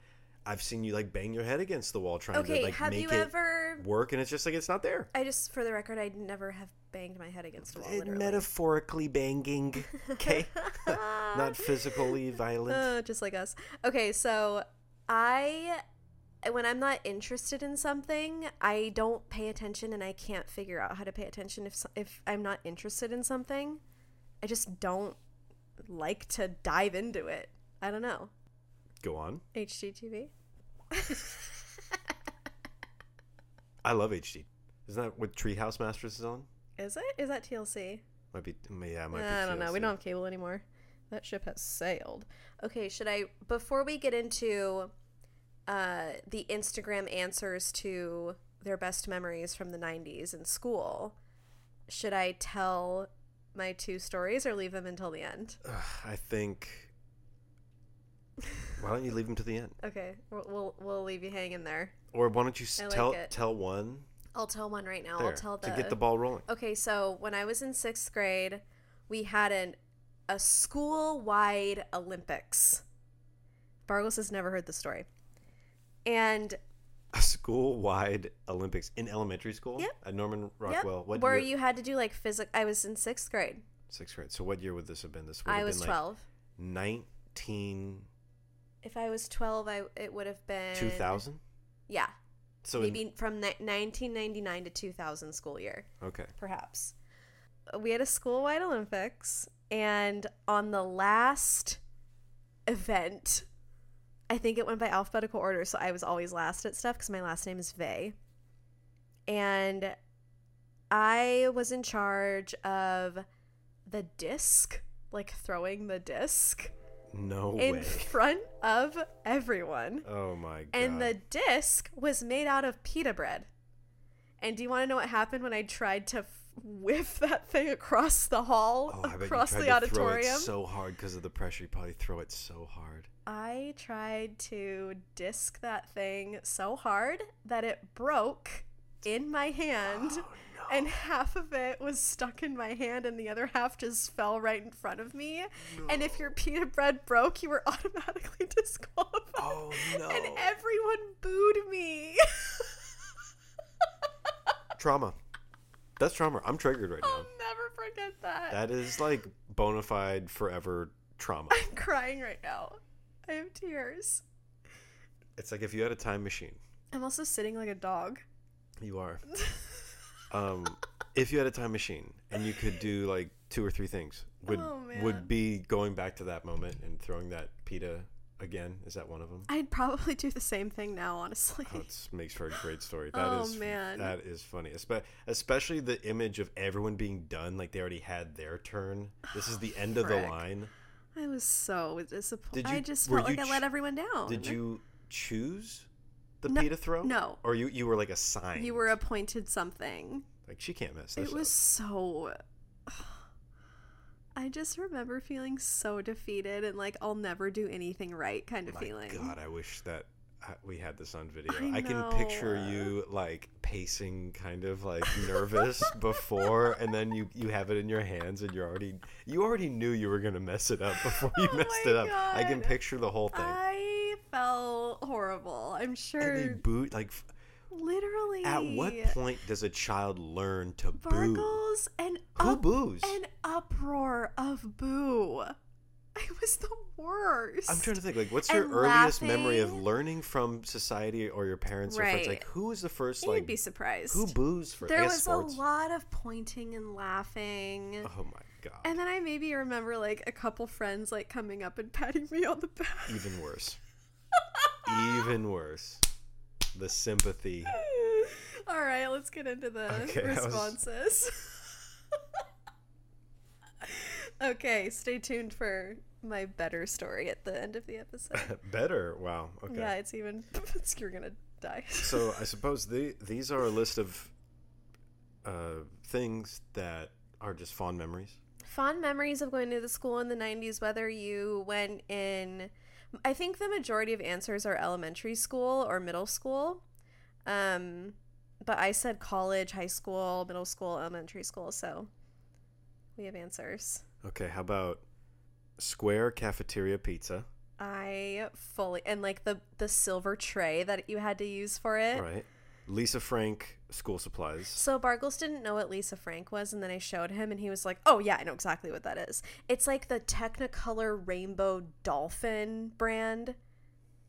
S1: i've seen you like bang your head against the wall trying
S2: okay,
S1: to like
S2: have
S1: make
S2: you
S1: it
S2: ever?
S1: work and it's just like it's not there
S2: I just, for the record, I never have banged my head against a wall.
S1: It-
S2: Literally.
S1: metaphorically banging okay not physically violent
S2: Uh, just like us. Okay, so I when I'm not interested in something, I don't pay attention and I can't figure out how to pay attention if so- if I'm not interested in something. I just don't like to dive into it. I don't know.
S1: go on
S2: HGTV.
S1: i love hd isn't that what treehouse masters is on
S2: Is it? Is that TLC?
S1: Might be, yeah, it might be.
S2: I don't know. We
S1: TLC.
S2: don't have cable anymore. That ship has sailed. Okay, should I before we get into uh, the Instagram answers to their best memories from the 90s in school, should I tell my two stories or leave them until the end?
S1: Ugh, I think. Why don't you leave them to the end,
S2: Okay, we'll we'll, we'll leave you hanging there.
S1: or why don't you s
S2: I like
S1: tell
S2: it.
S1: tell one
S2: I'll tell one right now.
S1: there
S2: I'll tell the
S1: to get the ball rolling?
S2: Okay, so when I was in sixth grade, we had an a school wide Olympics. Bargos has never heard the story. And
S1: A school wide Olympics in elementary school
S2: Yep.
S1: at Norman
S2: yep,
S1: Rockwell. What
S2: where
S1: year?
S2: you had to do like physics. I was in sixth grade.
S1: Sixth grade. So what year would this have been? This would
S2: I
S1: have
S2: was
S1: been
S2: twelve.
S1: like nineteen
S2: if I was twelve, I it would have been
S1: two thousand.
S2: Yeah,
S1: So in-
S2: maybe from ni- 1999 to 2000 school year.
S1: okay.
S2: perhaps. We had a school wide Olympics, and on the last event, I think it went by alphabetical order, so I was always last at stuff because my last name is Vay. And I was in charge of the disc, like throwing the disc
S1: No
S2: in
S1: way.
S2: front of everyone.
S1: Oh my god.
S2: And the disc was made out of pita bread. And do you want to know what happened when I tried to f- whiff that thing across the hall,
S1: oh, I bet you
S2: across
S1: tried
S2: the
S1: to Throw
S2: auditorium?
S1: it so hard because of the pressure. You probably throw it so hard.
S2: I tried to disc that thing so hard that it broke in my
S1: Oh,
S2: hand. And half of it was stuck in my hand, and the other half just fell right in front of me. And if your pita bread broke, you were automatically disqualified.
S1: Oh no.
S2: And everyone booed me.
S1: trauma. That's trauma. I'm triggered right now.
S2: I'll never forget that.
S1: That is like bona fide forever trauma.
S2: I'm crying right now. I have tears.
S1: It's like if you had a time machine,
S2: I'm also sitting like a dog.
S1: you are. Um, if you had a time machine and you could do like two or three things, would
S2: Oh, man.
S1: would be going back to that moment and throwing that pita again? Is that one of them?
S2: I'd probably do the same thing now, honestly.
S1: Oh, it makes for a great story. That
S2: Oh,
S1: is
S2: man.
S1: that is funny. Espe- Especially the image of everyone being done, like they already had their turn. This is the end of the
S2: frick.
S1: line.
S2: I was so disappointed.
S1: Did
S2: I
S1: you-
S2: just
S1: were
S2: felt
S1: you
S2: like I let
S1: ch-
S2: everyone down.
S1: Did you choose the
S2: No-
S1: pita throw?
S2: no.
S1: Or you you were like assigned.
S2: You were appointed something.
S1: like she can't mess this
S2: It
S1: up.
S2: was so. I just remember feeling so defeated and like I'll never do anything right kind of
S1: My
S2: feeling.
S1: God, I wish that I- we had this on video.
S2: I
S1: I, can picture
S2: know.
S1: you like pacing, kind of like nervous before, and then you you have it in your hands, and you're already you already knew you were gonna mess it up before you
S2: Oh
S1: messed
S2: my
S1: it up. I can
S2: God.
S1: picture the whole thing.
S2: I felt horrible. I'm sure.
S1: and they boot like. f-
S2: literally.
S1: At what point does a child learn to boo?
S2: Bargles and
S1: Who
S2: up
S1: boos?
S2: an uproar of boo. I was the worst.
S1: I'm trying to think, like, what's your
S2: And
S1: earliest memory of
S2: laughing.
S1: learning from society or your parents or friends?
S2: Right.
S1: Like, who was the first,
S2: You'd
S1: like,
S2: be surprised.
S1: who boos for
S2: there
S1: I
S2: was
S1: guess sports?
S2: a lot of pointing and laughing.
S1: Oh my god,
S2: And then I maybe remember like a couple friends like coming up and patting me on the back.
S1: even worse, even worse. The sympathy.
S2: All right, let's get into the
S1: Okay, I was-
S2: responses. okay, stay tuned for my better story at the end of the episode.
S1: Better. Wow. Okay.
S2: Yeah, it's even. It's, you're gonna die.
S1: so I suppose the, these are a list of uh, things that are just fond memories.
S2: Fond memories of going to the school in the 90s, whether you went in. I think the majority of answers are elementary school or middle school. Um, but I said college, high school, middle school, elementary school. So we have answers.
S1: Okay. How about square cafeteria pizza?
S2: I fully. And like the, the silver tray that you had to use for it.
S1: All right. Lisa Frank school supplies.
S2: So Bargles didn't know what Lisa Frank was, and then I showed him, and he was like, "Oh yeah, I know exactly what that is. It's like the Technicolor Rainbow Dolphin brand.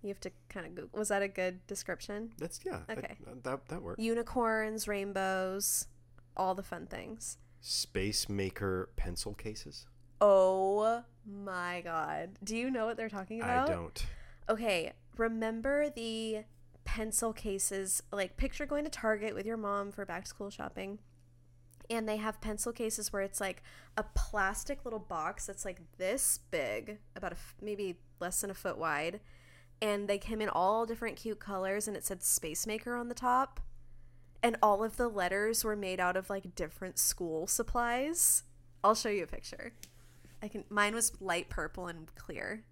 S2: You have to kind of Google. Was that a good description?
S1: That's yeah. that-
S2: Okay.
S1: That that, works.
S2: Unicorns, rainbows, all the fun things.
S1: Space Maker pencil cases.
S2: Oh my god! Do you know what they're talking
S1: I
S2: about?
S1: don't.
S2: Okay, remember the pencil cases? Like, picture going to Target with your mom for back to school shopping, and they have pencil cases where it's like a plastic little box that's like this big, about a f- maybe less than a foot wide, and they came in all different cute colors, and it said Space Maker on the top, and all of the letters were made out of like different school supplies. I'll show you a picture. I can. Mine was light purple and clear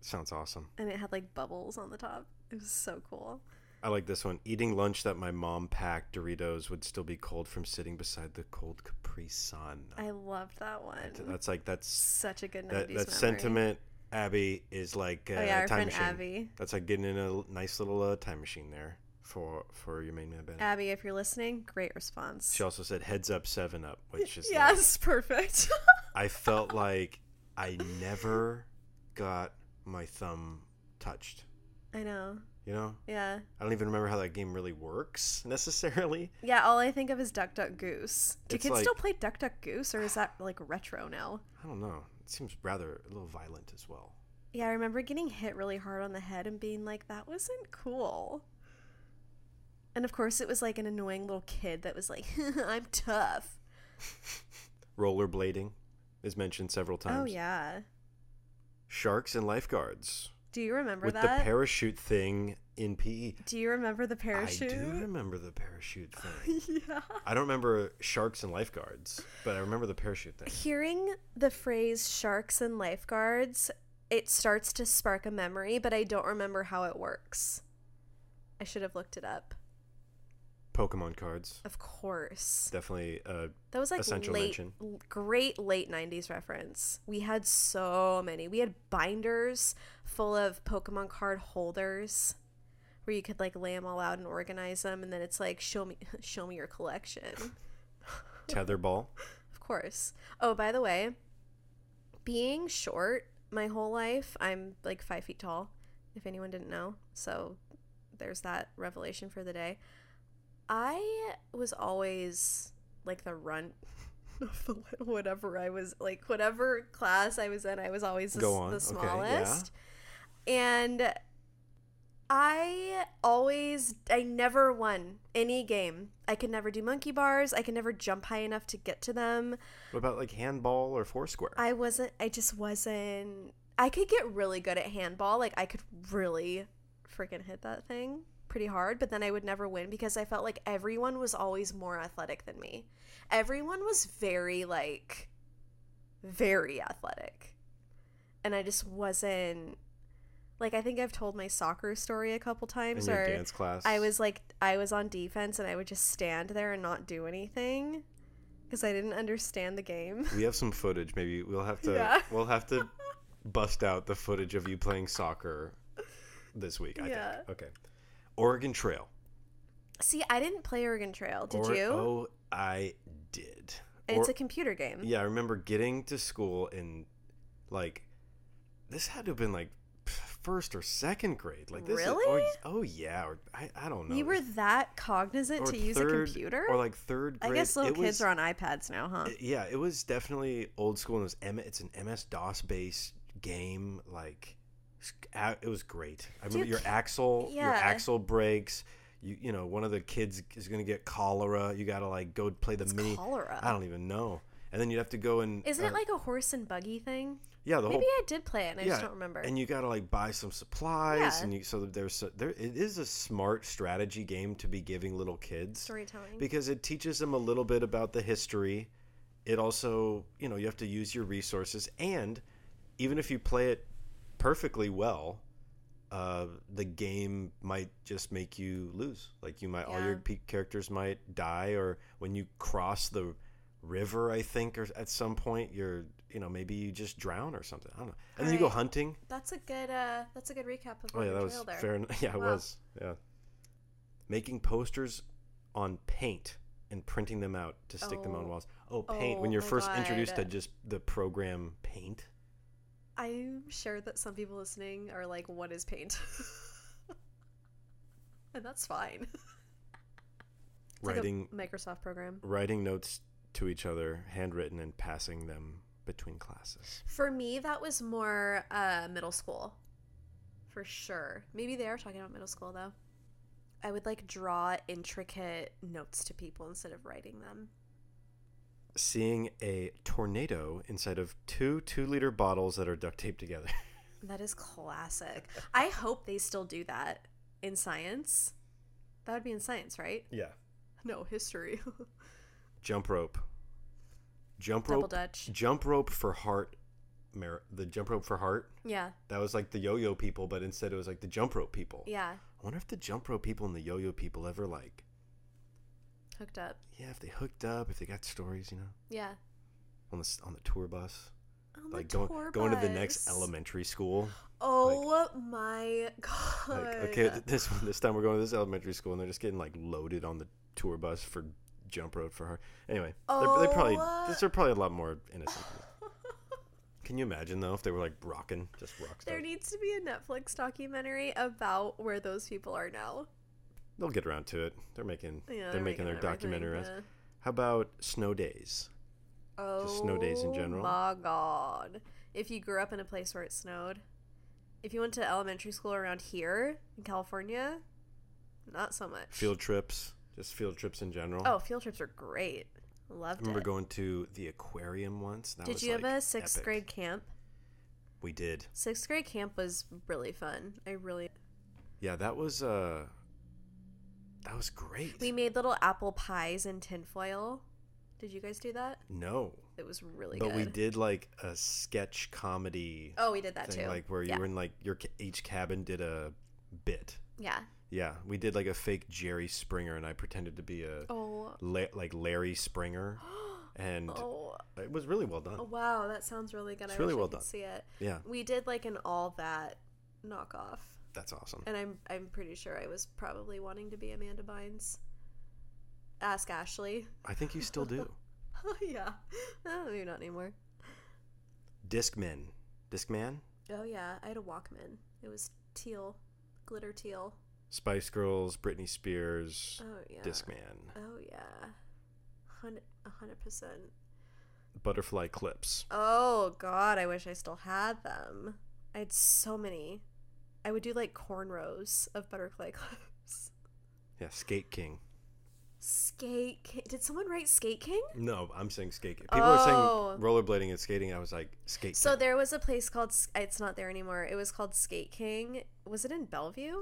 S1: Sounds awesome.
S2: and it had like bubbles on the top. It was so cool.
S1: I like this one. Eating lunch that my mom packed Doritos would still be cold from sitting beside the cold Capri Sun.
S2: I loved that one.
S1: That's like that's
S2: Such a good 90s
S1: that,
S2: Mm-hmm. memory.
S1: that sentiment. Abby is like uh,
S2: Oh yeah, our
S1: time
S2: friend
S1: machine.
S2: Abby.
S1: That's like getting in a l- nice little uh, time machine there for for your main man Bennett.
S2: Abby, if you're listening, great response.
S1: She also said heads up, seven up, which is like-
S2: yes, perfect.
S1: I felt like I never got my thumb touched.
S2: I know.
S1: You know,
S2: Yeah.
S1: I don't even remember how that game really works necessarily.
S2: Yeah, all I think of is Duck Duck Goose. Do
S1: It's
S2: kids still
S1: like-
S2: play Duck Duck Goose or is that like retro now?
S1: I don't know. It seems rather a little violent as well.
S2: Yeah, I remember getting hit really hard on the head and being like, that wasn't cool. And of course, it was like an annoying little kid that was like, I'm tough.
S1: Rollerblading is mentioned several times.
S2: Oh, yeah.
S1: Sharks and lifeguards
S2: Do you remember
S1: with
S2: that?
S1: the parachute thing in PE.
S2: Do you remember the parachute?
S1: I do remember the parachute thing.
S2: yeah.
S1: I don't remember sharks and lifeguards, but I remember the parachute thing.
S2: Hearing the phrase sharks and lifeguards, it starts to spark a memory, but I don't remember how it works. I should have looked it up.
S1: Pokemon cards,
S2: Of course.
S1: definitely. Uh,
S2: That was like
S1: Essential
S2: late,
S1: mention.
S2: l- great late 90s reference. We had so many. We had binders full of Pokemon card holders where you could like lay them all out and organize them and then it's like show me show me your collection.
S1: tetherball.
S2: Of course. Oh, by the way, being short my whole life, I'm like five feet tall, if anyone didn't know. So there's that revelation for the day. I was always like the runt of the lit- whatever I was like, whatever class I was in, I was always the,
S1: Go
S2: s-
S1: on.
S2: the
S1: Okay, yeah.
S2: smallest. And I always, I never won any game. I could never do monkey bars. I could never jump high enough to get to them.
S1: What about like handball or foursquare?
S2: I wasn't, I just wasn't, I could get really good at handball. Like, I could really freaking hit that thing pretty hard, but then I would never win because I felt like everyone was always more athletic than me. Everyone was very, like, very athletic. And I just wasn't, like, I think I've told my soccer story a couple
S1: in
S2: times.
S1: your
S2: or,
S1: dance class.
S2: I was like, I was on defense and I would just stand there and not do anything because I didn't understand the game.
S1: We have some footage. Maybe we'll have to.
S2: Yeah.
S1: We'll have to bust out the footage of you playing soccer this week. I
S2: Yeah.
S1: think. Okay. Oregon Trail.
S2: See, I didn't play Oregon Trail. Did
S1: Or-
S2: you?
S1: Oh, I did.
S2: and it's
S1: Or-
S2: a computer game.
S1: yeah, I remember getting to school and Like, this had to have been like first or second grade. Like this. is-
S2: Really?
S1: or- oh yeah. Or I, I don't know.
S2: You were that cognizant
S1: or
S2: to use a
S1: third-
S2: computer?
S1: Or like third
S2: I
S1: grade.
S2: guess little
S1: It
S2: kids
S1: was-
S2: are on iPads now, huh?
S1: it- yeah, it was definitely old school. And it was M- it's an MS DOS based game. Like s- a- it was great. I remember
S2: Dude,
S1: your axle, your
S2: yeah.
S1: axle breaks. You you know one of the kids is gonna get cholera. You gotta like go play the
S2: It's
S1: mini.
S2: cholera.
S1: I don't even know. And then you'd have to go and
S2: Isn't
S1: uh,
S2: it like a horse and buggy thing?
S1: yeah the
S2: Maybe
S1: whole
S2: I did play it and I just don't remember.
S1: and you gotta like buy some supplies,
S2: Yeah.
S1: and you so that there's so- there. It is a smart strategy game to be giving little kids
S2: Storytelling.
S1: because it teaches them a little bit about the history. It also, you know, you have to use your resources, and even if you play it perfectly well, uh, the game might just make you lose. Like you might, all your
S2: Yeah.
S1: pe- characters might die, or when you cross the river, I think, or at some point, you're, you know, maybe you just drown or something. I don't know. And then you go
S2: Right.
S1: hunting.
S2: that's a good uh that's a good recap of
S1: Oh
S2: what
S1: yeah,
S2: you
S1: that was
S2: trail there.
S1: fair. Enough. Yeah, it
S2: Wow.
S1: was. Yeah, making posters on paint and printing them out to stick them on
S2: Oh.
S1: walls. Oh, paint! when
S2: Oh
S1: you're
S2: my
S1: first introduced to
S2: God.
S1: just the program paint.
S2: I'm sure that some people listening are like, what is paint? and that's fine. It's like a
S1: Writing-
S2: Microsoft program.
S1: Writing notes to each other, handwritten, and passing them between classes.
S2: For me, that was more uh, middle school, for sure. Maybe they are talking about middle school though. I would like draw intricate notes to people instead of writing them.
S1: Seeing a tornado inside of two two-liter bottles that are duct taped together.
S2: That is classic. I hope they still do that in science. That would be in science, right?
S1: yeah.
S2: No, history.
S1: Jump rope. Jump
S2: Double
S1: rope.
S2: Dutch.
S1: Jump rope for heart. Mer- the jump rope for heart.
S2: Yeah,
S1: That was like the yo-yo people, but instead it was like the jump rope people.
S2: yeah.
S1: I wonder if the jump rope people and the yo-yo people ever like,
S2: Hooked up.
S1: yeah, if they hooked up, if they got stories, you know,
S2: Yeah.
S1: on the s- on the tour bus,
S2: On
S1: like
S2: Oh, the
S1: going
S2: tour
S1: going to the next
S2: bus.
S1: elementary school.
S2: Oh my god.
S1: Like, okay, th- this one, this time we're going to this elementary school, and they're just getting like loaded on the tour bus for jump rope for her. Anyway, they're, they're probably
S2: Oh.
S1: these are probably a lot more innocent. than that. Can you imagine though if they were like rocking just rock
S2: there
S1: stars?
S2: needs to be a Netflix documentary about where those people are now.
S1: They'll get around to it. They're making
S2: Yeah,
S1: they're, making, their
S2: everything,
S1: documentary.
S2: yeah.
S1: How about snow days?
S2: Oh,
S1: Just snow days in general.
S2: My God! If you grew up in a place where it snowed, if you went to elementary school around here in California, not so much.
S1: Field trips, just field trips in general.
S2: oh, field trips are great.
S1: I
S2: Loved
S1: remember
S2: it.
S1: going to the aquarium once. That
S2: Did
S1: was
S2: you
S1: like
S2: have a sixth
S1: epic.
S2: grade camp?
S1: We did.
S2: Sixth grade camp was really fun. I really.
S1: Yeah, that was uh, that was great.
S2: We made little apple pies in tinfoil. Did you guys do that?
S1: no,
S2: It was really
S1: but
S2: good.
S1: we did like a sketch comedy
S2: Oh, we did that
S1: thing,
S2: too.
S1: like where you
S2: yeah.
S1: were in like your ca- each cabin did a bit.
S2: Yeah.
S1: Yeah, we did like a fake Jerry Springer, and I pretended to be a
S2: Oh.
S1: La- like Larry Springer, and
S2: Oh.
S1: it was really well done.
S2: Oh, Wow, that sounds really good.
S1: It's
S2: I
S1: really
S2: wish
S1: well
S2: I could
S1: done.
S2: see it.
S1: Yeah,
S2: We did like an all that knockoff,
S1: that's awesome.
S2: and I'm I'm pretty sure I was probably wanting to be Amanda Bynes. Ask Ashley.
S1: I think you still do.
S2: Oh yeah, oh, maybe not anymore.
S1: Discman, Discman,
S2: Oh yeah, I had a Walkman. It was teal, glitter teal.
S1: Spice Girls, Britney Spears,
S2: Oh yeah.
S1: Discman,
S2: Oh yeah, hundred a hundred percent.
S1: Butterfly Clips.
S2: Oh god, I wish I still had them. I had so many. I would do like cornrows of butterfly clips.
S1: Yeah, Skate King.
S2: Skate King. Did someone write Skate King?
S1: No, I'm saying Skate King. People
S2: Oh.
S1: are saying rollerblading and skating. I was like, Skate
S2: So
S1: King.
S2: there was a place called S- it's not there anymore. It was called Skate King. Was it in Bellevue?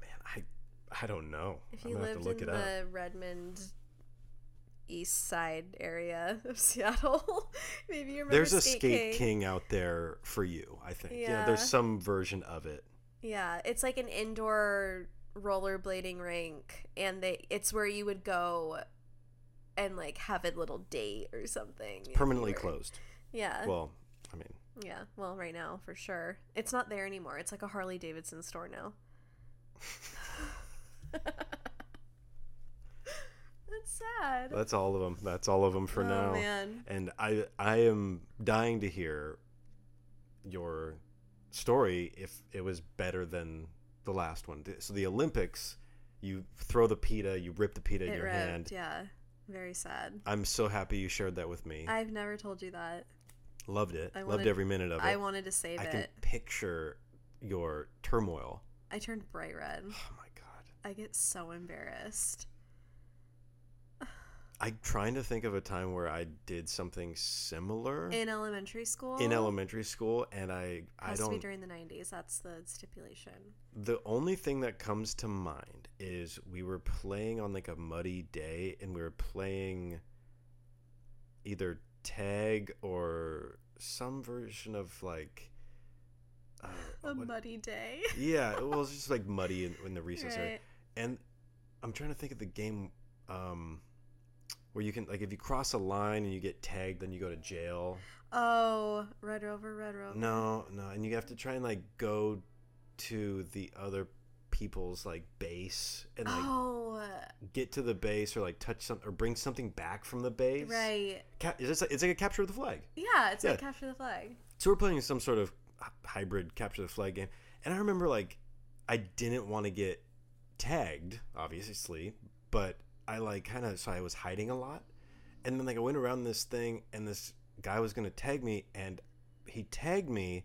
S1: Man, I, I don't know.
S2: If
S1: I'm
S2: you
S1: going to have
S2: lived
S1: to look
S2: in
S1: it up.
S2: the Redmond East Side area of Seattle, maybe you remember
S1: There's a
S2: Skate,
S1: Skate
S2: King.
S1: King. out there for you, I think. Yeah. there's
S2: Yeah.
S1: some version of it.
S2: Yeah, it's like an indoor rollerblading rink, and they it's where you would go and like have a little date or something. if you
S1: Permanently
S2: were-
S1: closed.
S2: Yeah,
S1: Well, I mean,
S2: yeah. Well, right now for sure, it's not there anymore. It's like a Harley Davidson store now. That's sad.
S1: that's all of them. That's all of them for
S2: oh
S1: now.
S2: man,
S1: And I I am dying to hear your story if it was better than the last one. So the Olympics, you throw the pita, you rip the pita in
S2: it
S1: your
S2: ripped.
S1: hand.
S2: Yeah. Very sad.
S1: I'm so happy you shared that with me.
S2: I've never told you that.
S1: Loved it.
S2: I
S1: Loved
S2: wanted-
S1: every minute of it.
S2: I wanted to save
S1: I
S2: it.
S1: can picture your turmoil.
S2: I turned bright red.
S1: Oh my god.
S2: I get so embarrassed.
S1: I'm trying to think of a time where I did something similar
S2: In elementary school?
S1: in elementary school, and I I
S2: Has to be
S1: don't.
S2: during the 90s. That's the stipulation.
S1: The only thing that comes to mind is we were playing on like a muddy day, and we were playing either tag or some version of like. Uh,
S2: A
S1: what-
S2: muddy day.
S1: yeah, well, it was just like muddy in, in the recess area.
S2: Right.
S1: and I'm trying to think of the game um, where you can like if you cross a line and you get tagged, then you go to jail.
S2: Oh, Red Rover, Red Rover.
S1: No,
S2: Um,
S1: no, and you have to try and like go to the other people's like base and like
S2: oh,
S1: get to the base or like touch something or bring something back from the base.
S2: right.
S1: Ca- it's, just like, it's like a capture of the flag.
S2: Yeah, it's like
S1: Yeah.
S2: Capture the Flag.
S1: So we're playing some sort of hy- hybrid capture the flag game, and I remember like I didn't want to get tagged, obviously, but I like kind of so I was hiding a lot, and then like I went around this thing, and this guy was gonna tag me, and he tagged me,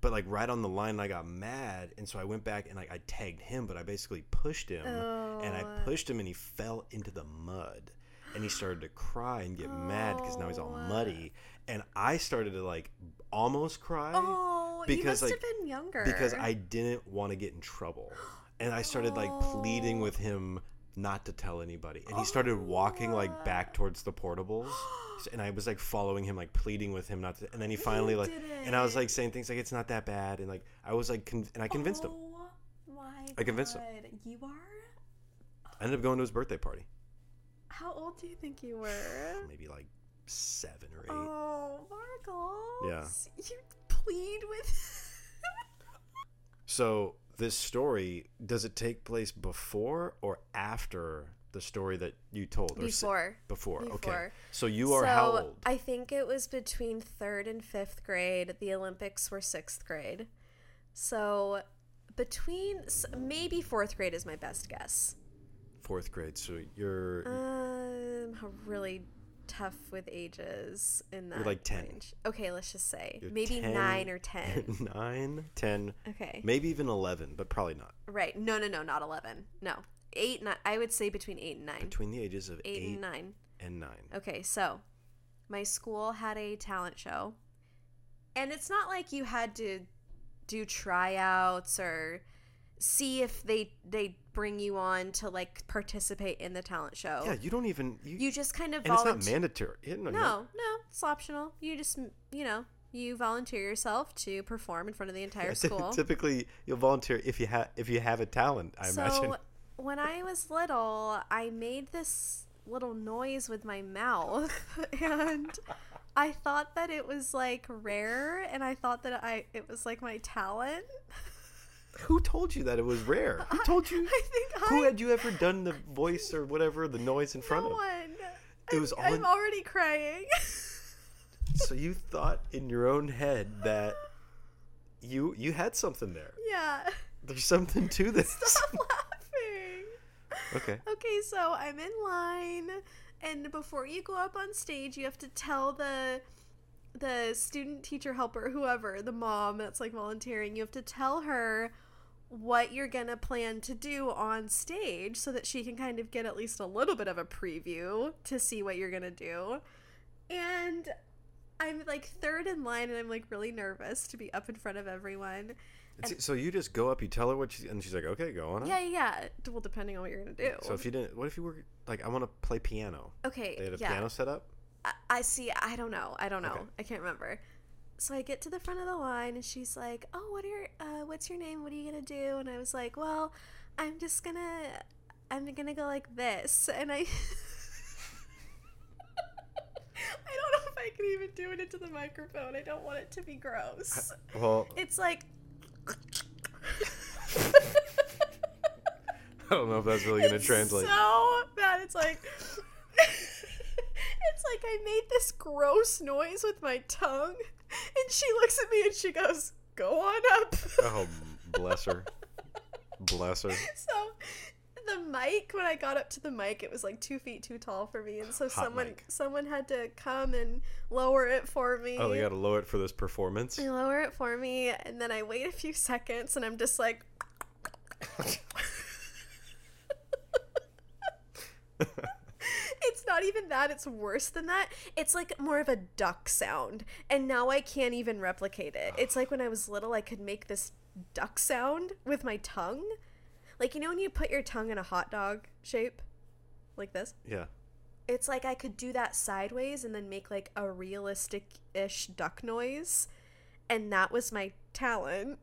S1: but like right on the line, I got mad, and so I went back and like I tagged him, but I basically pushed him,
S2: Oh.
S1: Um, and I pushed him, and he fell into the mud. And he started to cry and get mad because now he's all
S2: Oh.
S1: muddy. And I started to like almost cry
S2: Oh, you
S1: because,
S2: must
S1: like-
S2: have been younger.
S1: because I didn't want to get in trouble. And I started like pleading
S2: Oh.
S1: with him not to tell anybody. And he started walking like
S2: Oh.
S1: back towards the portables. S- And I was like following him, like pleading with him not to. And then he finally like,
S2: did
S1: and I was
S2: it.
S1: like saying things like it's not that bad. And like I was like, con- and I convinced him.
S2: Oh my
S1: I convinced him.
S2: God. You are?
S1: I ended up going to his birthday party,
S2: How old do you think you were?
S1: maybe like seven or eight.
S2: Oh, Markles. Yeah. You plead with.
S1: So this story does it take place before or after the story that you told? Or s-
S2: Before.
S1: before. Okay.
S2: Before.
S1: So you are how old?
S2: I think it was between third and fifth grade. The Olympics were sixth grade. So between s- maybe fourth grade is my best guess.
S1: Fourth grade. So you're
S2: Um, how really tough with ages in that.
S1: like 10.
S2: range. Okay, let's just say
S1: You're
S2: maybe
S1: 10.
S2: nine or ten.
S1: nine, ten,
S2: Uh, Okay. Mm.
S1: maybe even eleven, but probably not.
S2: Right. No, no, no, not 11. No. 8 9 I would say between 8 and 9.
S1: Between the ages of
S2: 8 and 9.
S1: and nine.
S2: Okay, so my school had a talent show. And it's not like you had to do tryouts or see if they they bring you on to like participate in the talent show.
S1: Yeah, you don't even you,
S2: Oh. You just kind of
S1: and it's
S2: volunteer.
S1: not mandatory. Yeah, no,
S2: No, no, it's optional. You just, you know, you volunteer yourself to perform in front of the entire school.
S1: Typically, you'll volunteer if you have if you have a talent. I imagine.
S2: So when I was little, I made this little noise with my mouth and I thought that it was like rare and I thought that I it was like my talent.
S1: Who told you that it was rare? Who told you?
S2: I think
S1: Who
S2: I
S1: had you ever done the voice or whatever the noise in front
S2: no
S1: of?
S2: one.
S1: It was all
S2: I'm
S1: in-
S2: already crying.
S1: So you thought in your own head that you you had something there.
S2: yeah.
S1: There's something to this.
S2: Stop laughing.
S1: Okay.
S2: Okay, so I'm in line, and before you go up on stage, you have to tell the the student teacher helper, whoever, the mom that's like volunteering, you have to tell her what you're gonna plan to do on stage so that she can kind of get at least a little bit of a preview to see what you're gonna do. And I'm like third in line, and I'm like really nervous to be up in front of everyone.
S1: It's- So you just go up, you tell her what she, and she's like, "Okay, go on."
S2: Yeah, yeah. yeah. Well, depending on what you're gonna do.
S1: So if you didn't, what if you were like, "I want to play piano."
S2: okay,
S1: They had a
S2: yeah.
S1: piano set up.
S2: I, I see. I don't know. I don't know.
S1: Okay.
S2: I can't remember. So I get to the front of the line, and she's like, "Oh, what are uh, what's your name? What are you gonna do?" And I was like, "Well, I'm just gonna, I'm gonna go like this." And I, I don't know if I can even do it into the microphone. I don't want it to be gross.
S1: Well,
S2: It's like.
S1: I don't know if that's really going to
S2: It's
S1: translate.
S2: So bad. It's like it's like I made this gross noise with my tongue, And she looks at me and she goes, Go on up.
S1: Oh, bless her. bless her.
S2: so the mic when i got up to the mic it was like two feet too tall for me and so
S1: Hot
S2: someone
S1: mic.
S2: someone had to come and lower it for me
S1: Oh, they got to lower it for this performance.
S2: they lower it for me and then i wait a few seconds and i'm just like it's not even that it's worse than that it's like more of a duck sound and now i can't even replicate it it's like when i was little i could make this duck sound with my tongue like you know when you put your tongue in a hot dog shape like this
S1: yeah.
S2: it's like I could do that sideways and then make like a realistic ish duck noise. And that was my talent.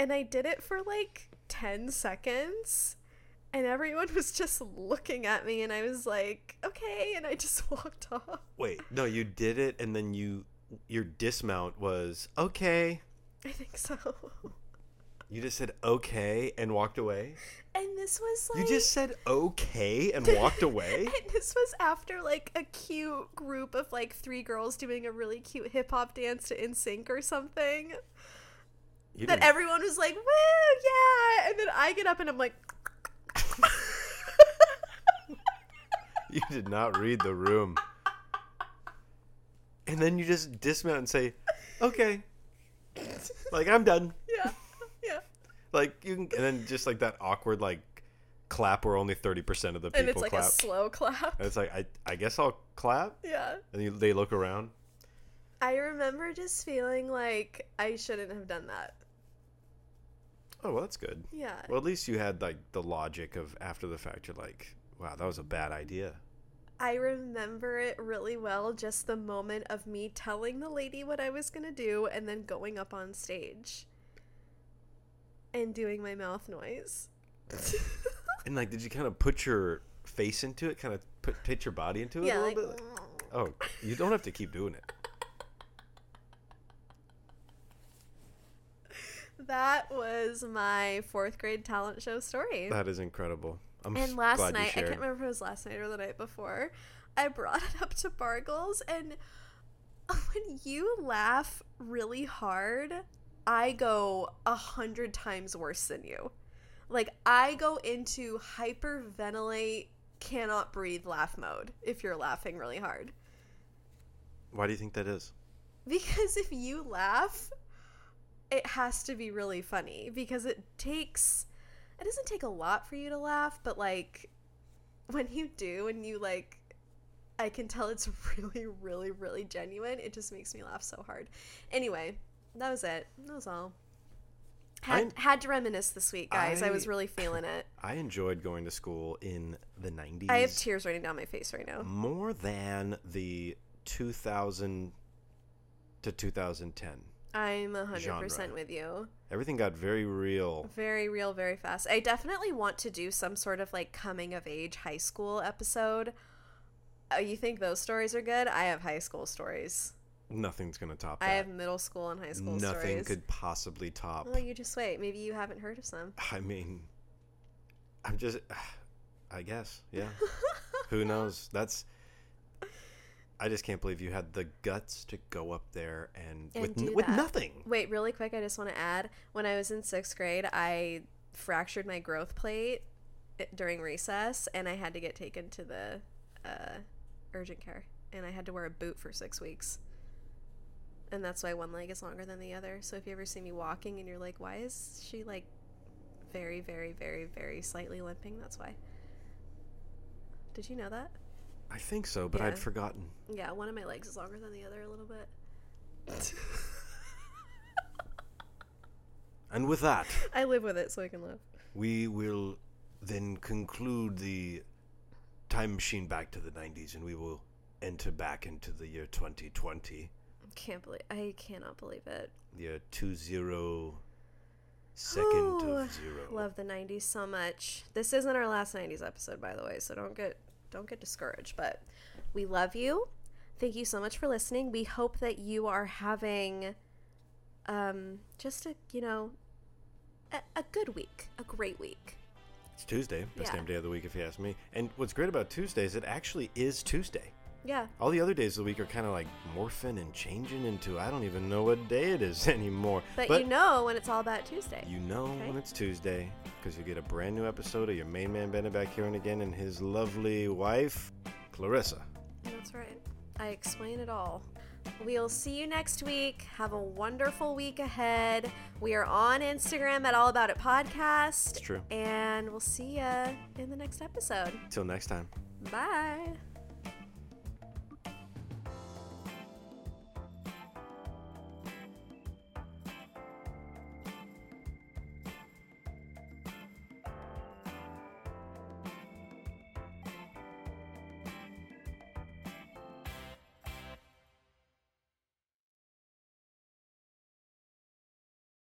S2: And I did it for like 10 seconds. And everyone was just looking at me. And I was like, okay. And I just walked off.
S1: Wait, no, you did it, and then you your dismount was okay.
S2: I think so.
S1: You just said okay and walked away.
S2: And this was
S1: You
S2: like.
S1: just said okay and walked away.
S2: And this was after like a cute group of like three girls doing a really cute hip hop dance to InSync or something.
S1: You
S2: that
S1: didn't-
S2: everyone was like, "Woo, yeah!" And then I get up and I'm like,
S1: You did not read the room. And then you just dismount and say, "Okay." Like I'm done.
S2: "Yeah, yeah."
S1: Like you can, and then just like that awkward like clap where only 30% of the people
S2: And it's like
S1: clap.
S2: a slow clap.
S1: and it's like I I guess I'll clap.
S2: Yeah,
S1: And you, they look around.
S2: I remember just feeling like I shouldn't have done that.
S1: Oh, well, that's good.
S2: Yeah,
S1: Well, at least you had like the logic of after the fact you're like, "Wow, that was a bad idea."
S2: I remember it really well. Just the moment of me telling the lady what I was gonna do and then going up on stage and doing my mouth noise.
S1: And like did you kind of put your face into it? Kind of put pitch your body into it a
S2: yeah, like,
S1: little bit? Oh, you don't have to keep doing it.
S2: that was my fourth grade talent show story.
S1: That is incredible. I'm s-
S2: And last
S1: glad you
S2: night, I
S1: shared.
S2: can't remember if it was last night or the night before, I brought it up to Bargles, and when you laugh really hard, I go a hundred times worse than you. Like I go into hyperventilate, cannot breathe laugh mode if you're laughing really hard.
S1: Why do you think that is?
S2: Because if you laugh, it has to be really funny because it takes it doesn't take a lot for you to laugh, but like when you do and you like I can tell it's really really really genuine. It just makes me laugh so hard. Anyway, that was it. That was all. Had, had to reminisce this week, guys. I, was
S1: I-
S2: really feeling it.
S1: I enjoyed going to school in the 90s
S2: I have tears running down my face right now.
S1: more than the 2000 to 2010.
S2: I'm 100%
S1: Genre.
S2: with you.
S1: Everything got very real.
S2: Very real, very fast. I definitely want to do some sort of like coming of age high school episode. Uh, you think those stories are good? I have high school stories.
S1: Nothing's going to top
S2: I
S1: that.
S2: have middle school and high school
S1: Nothing
S2: stories.
S1: could possibly top.
S2: Well, you just wait. Maybe you haven't heard of some.
S1: I mean, I'm just, I guess, yeah. Who knows? That's. I just can't believe you had the guts to go up there and,
S2: And
S1: with
S2: do
S1: with
S2: that.
S1: nothing.
S2: Wait, really quick, I just want to add when I was in sixth grade, I fractured my growth plate i- during recess and I had to get taken to the uh, urgent care. And I had to wear a boot for six weeks. And that's why one leg is longer than the other. So if you ever see me walking and you're like, why is she like very, very, very, very slightly limping? That's why. Did you know that?
S1: I think so, but
S2: Yeah.
S1: I'd forgotten.
S2: Yeah, one of my legs is longer than the other a little bit.
S1: And with that,
S2: I live with it so I can live.
S1: we will then conclude the time machine back to the 90s and we will enter back into the year 2020,
S2: Can't believe I cannot believe it.
S1: year 20 second
S2: Oh,
S1: of zero.
S2: Love the '90s so much. This isn't our last '90s episode, by the way, so don't get don't get discouraged. But we love you. Thank you so much for listening. We hope that you are having um, just a you know a, a good week, a great week.
S1: It's Tuesday, best
S2: Yeah.
S1: damn day of the week if you ask me. And what's great about Tuesday is it actually is Tuesday.
S2: Yeah.
S1: All the other days of the week are kind of like morphing and changing into I don't even know what day it is anymore.
S2: But, you know when it's all about Tuesday.
S1: you know when
S2: Okay.
S1: it's Tuesday because you get a brand new episode of your main man Bennett back here and again and his lovely wife, Clarissa.
S2: That's right. I explain it all. We'll see you next week. Have a wonderful week ahead. We are on Instagram at All About It Podcast.
S1: It's true.
S2: And we'll see ya in the next episode.
S1: Till next time.
S2: Bye.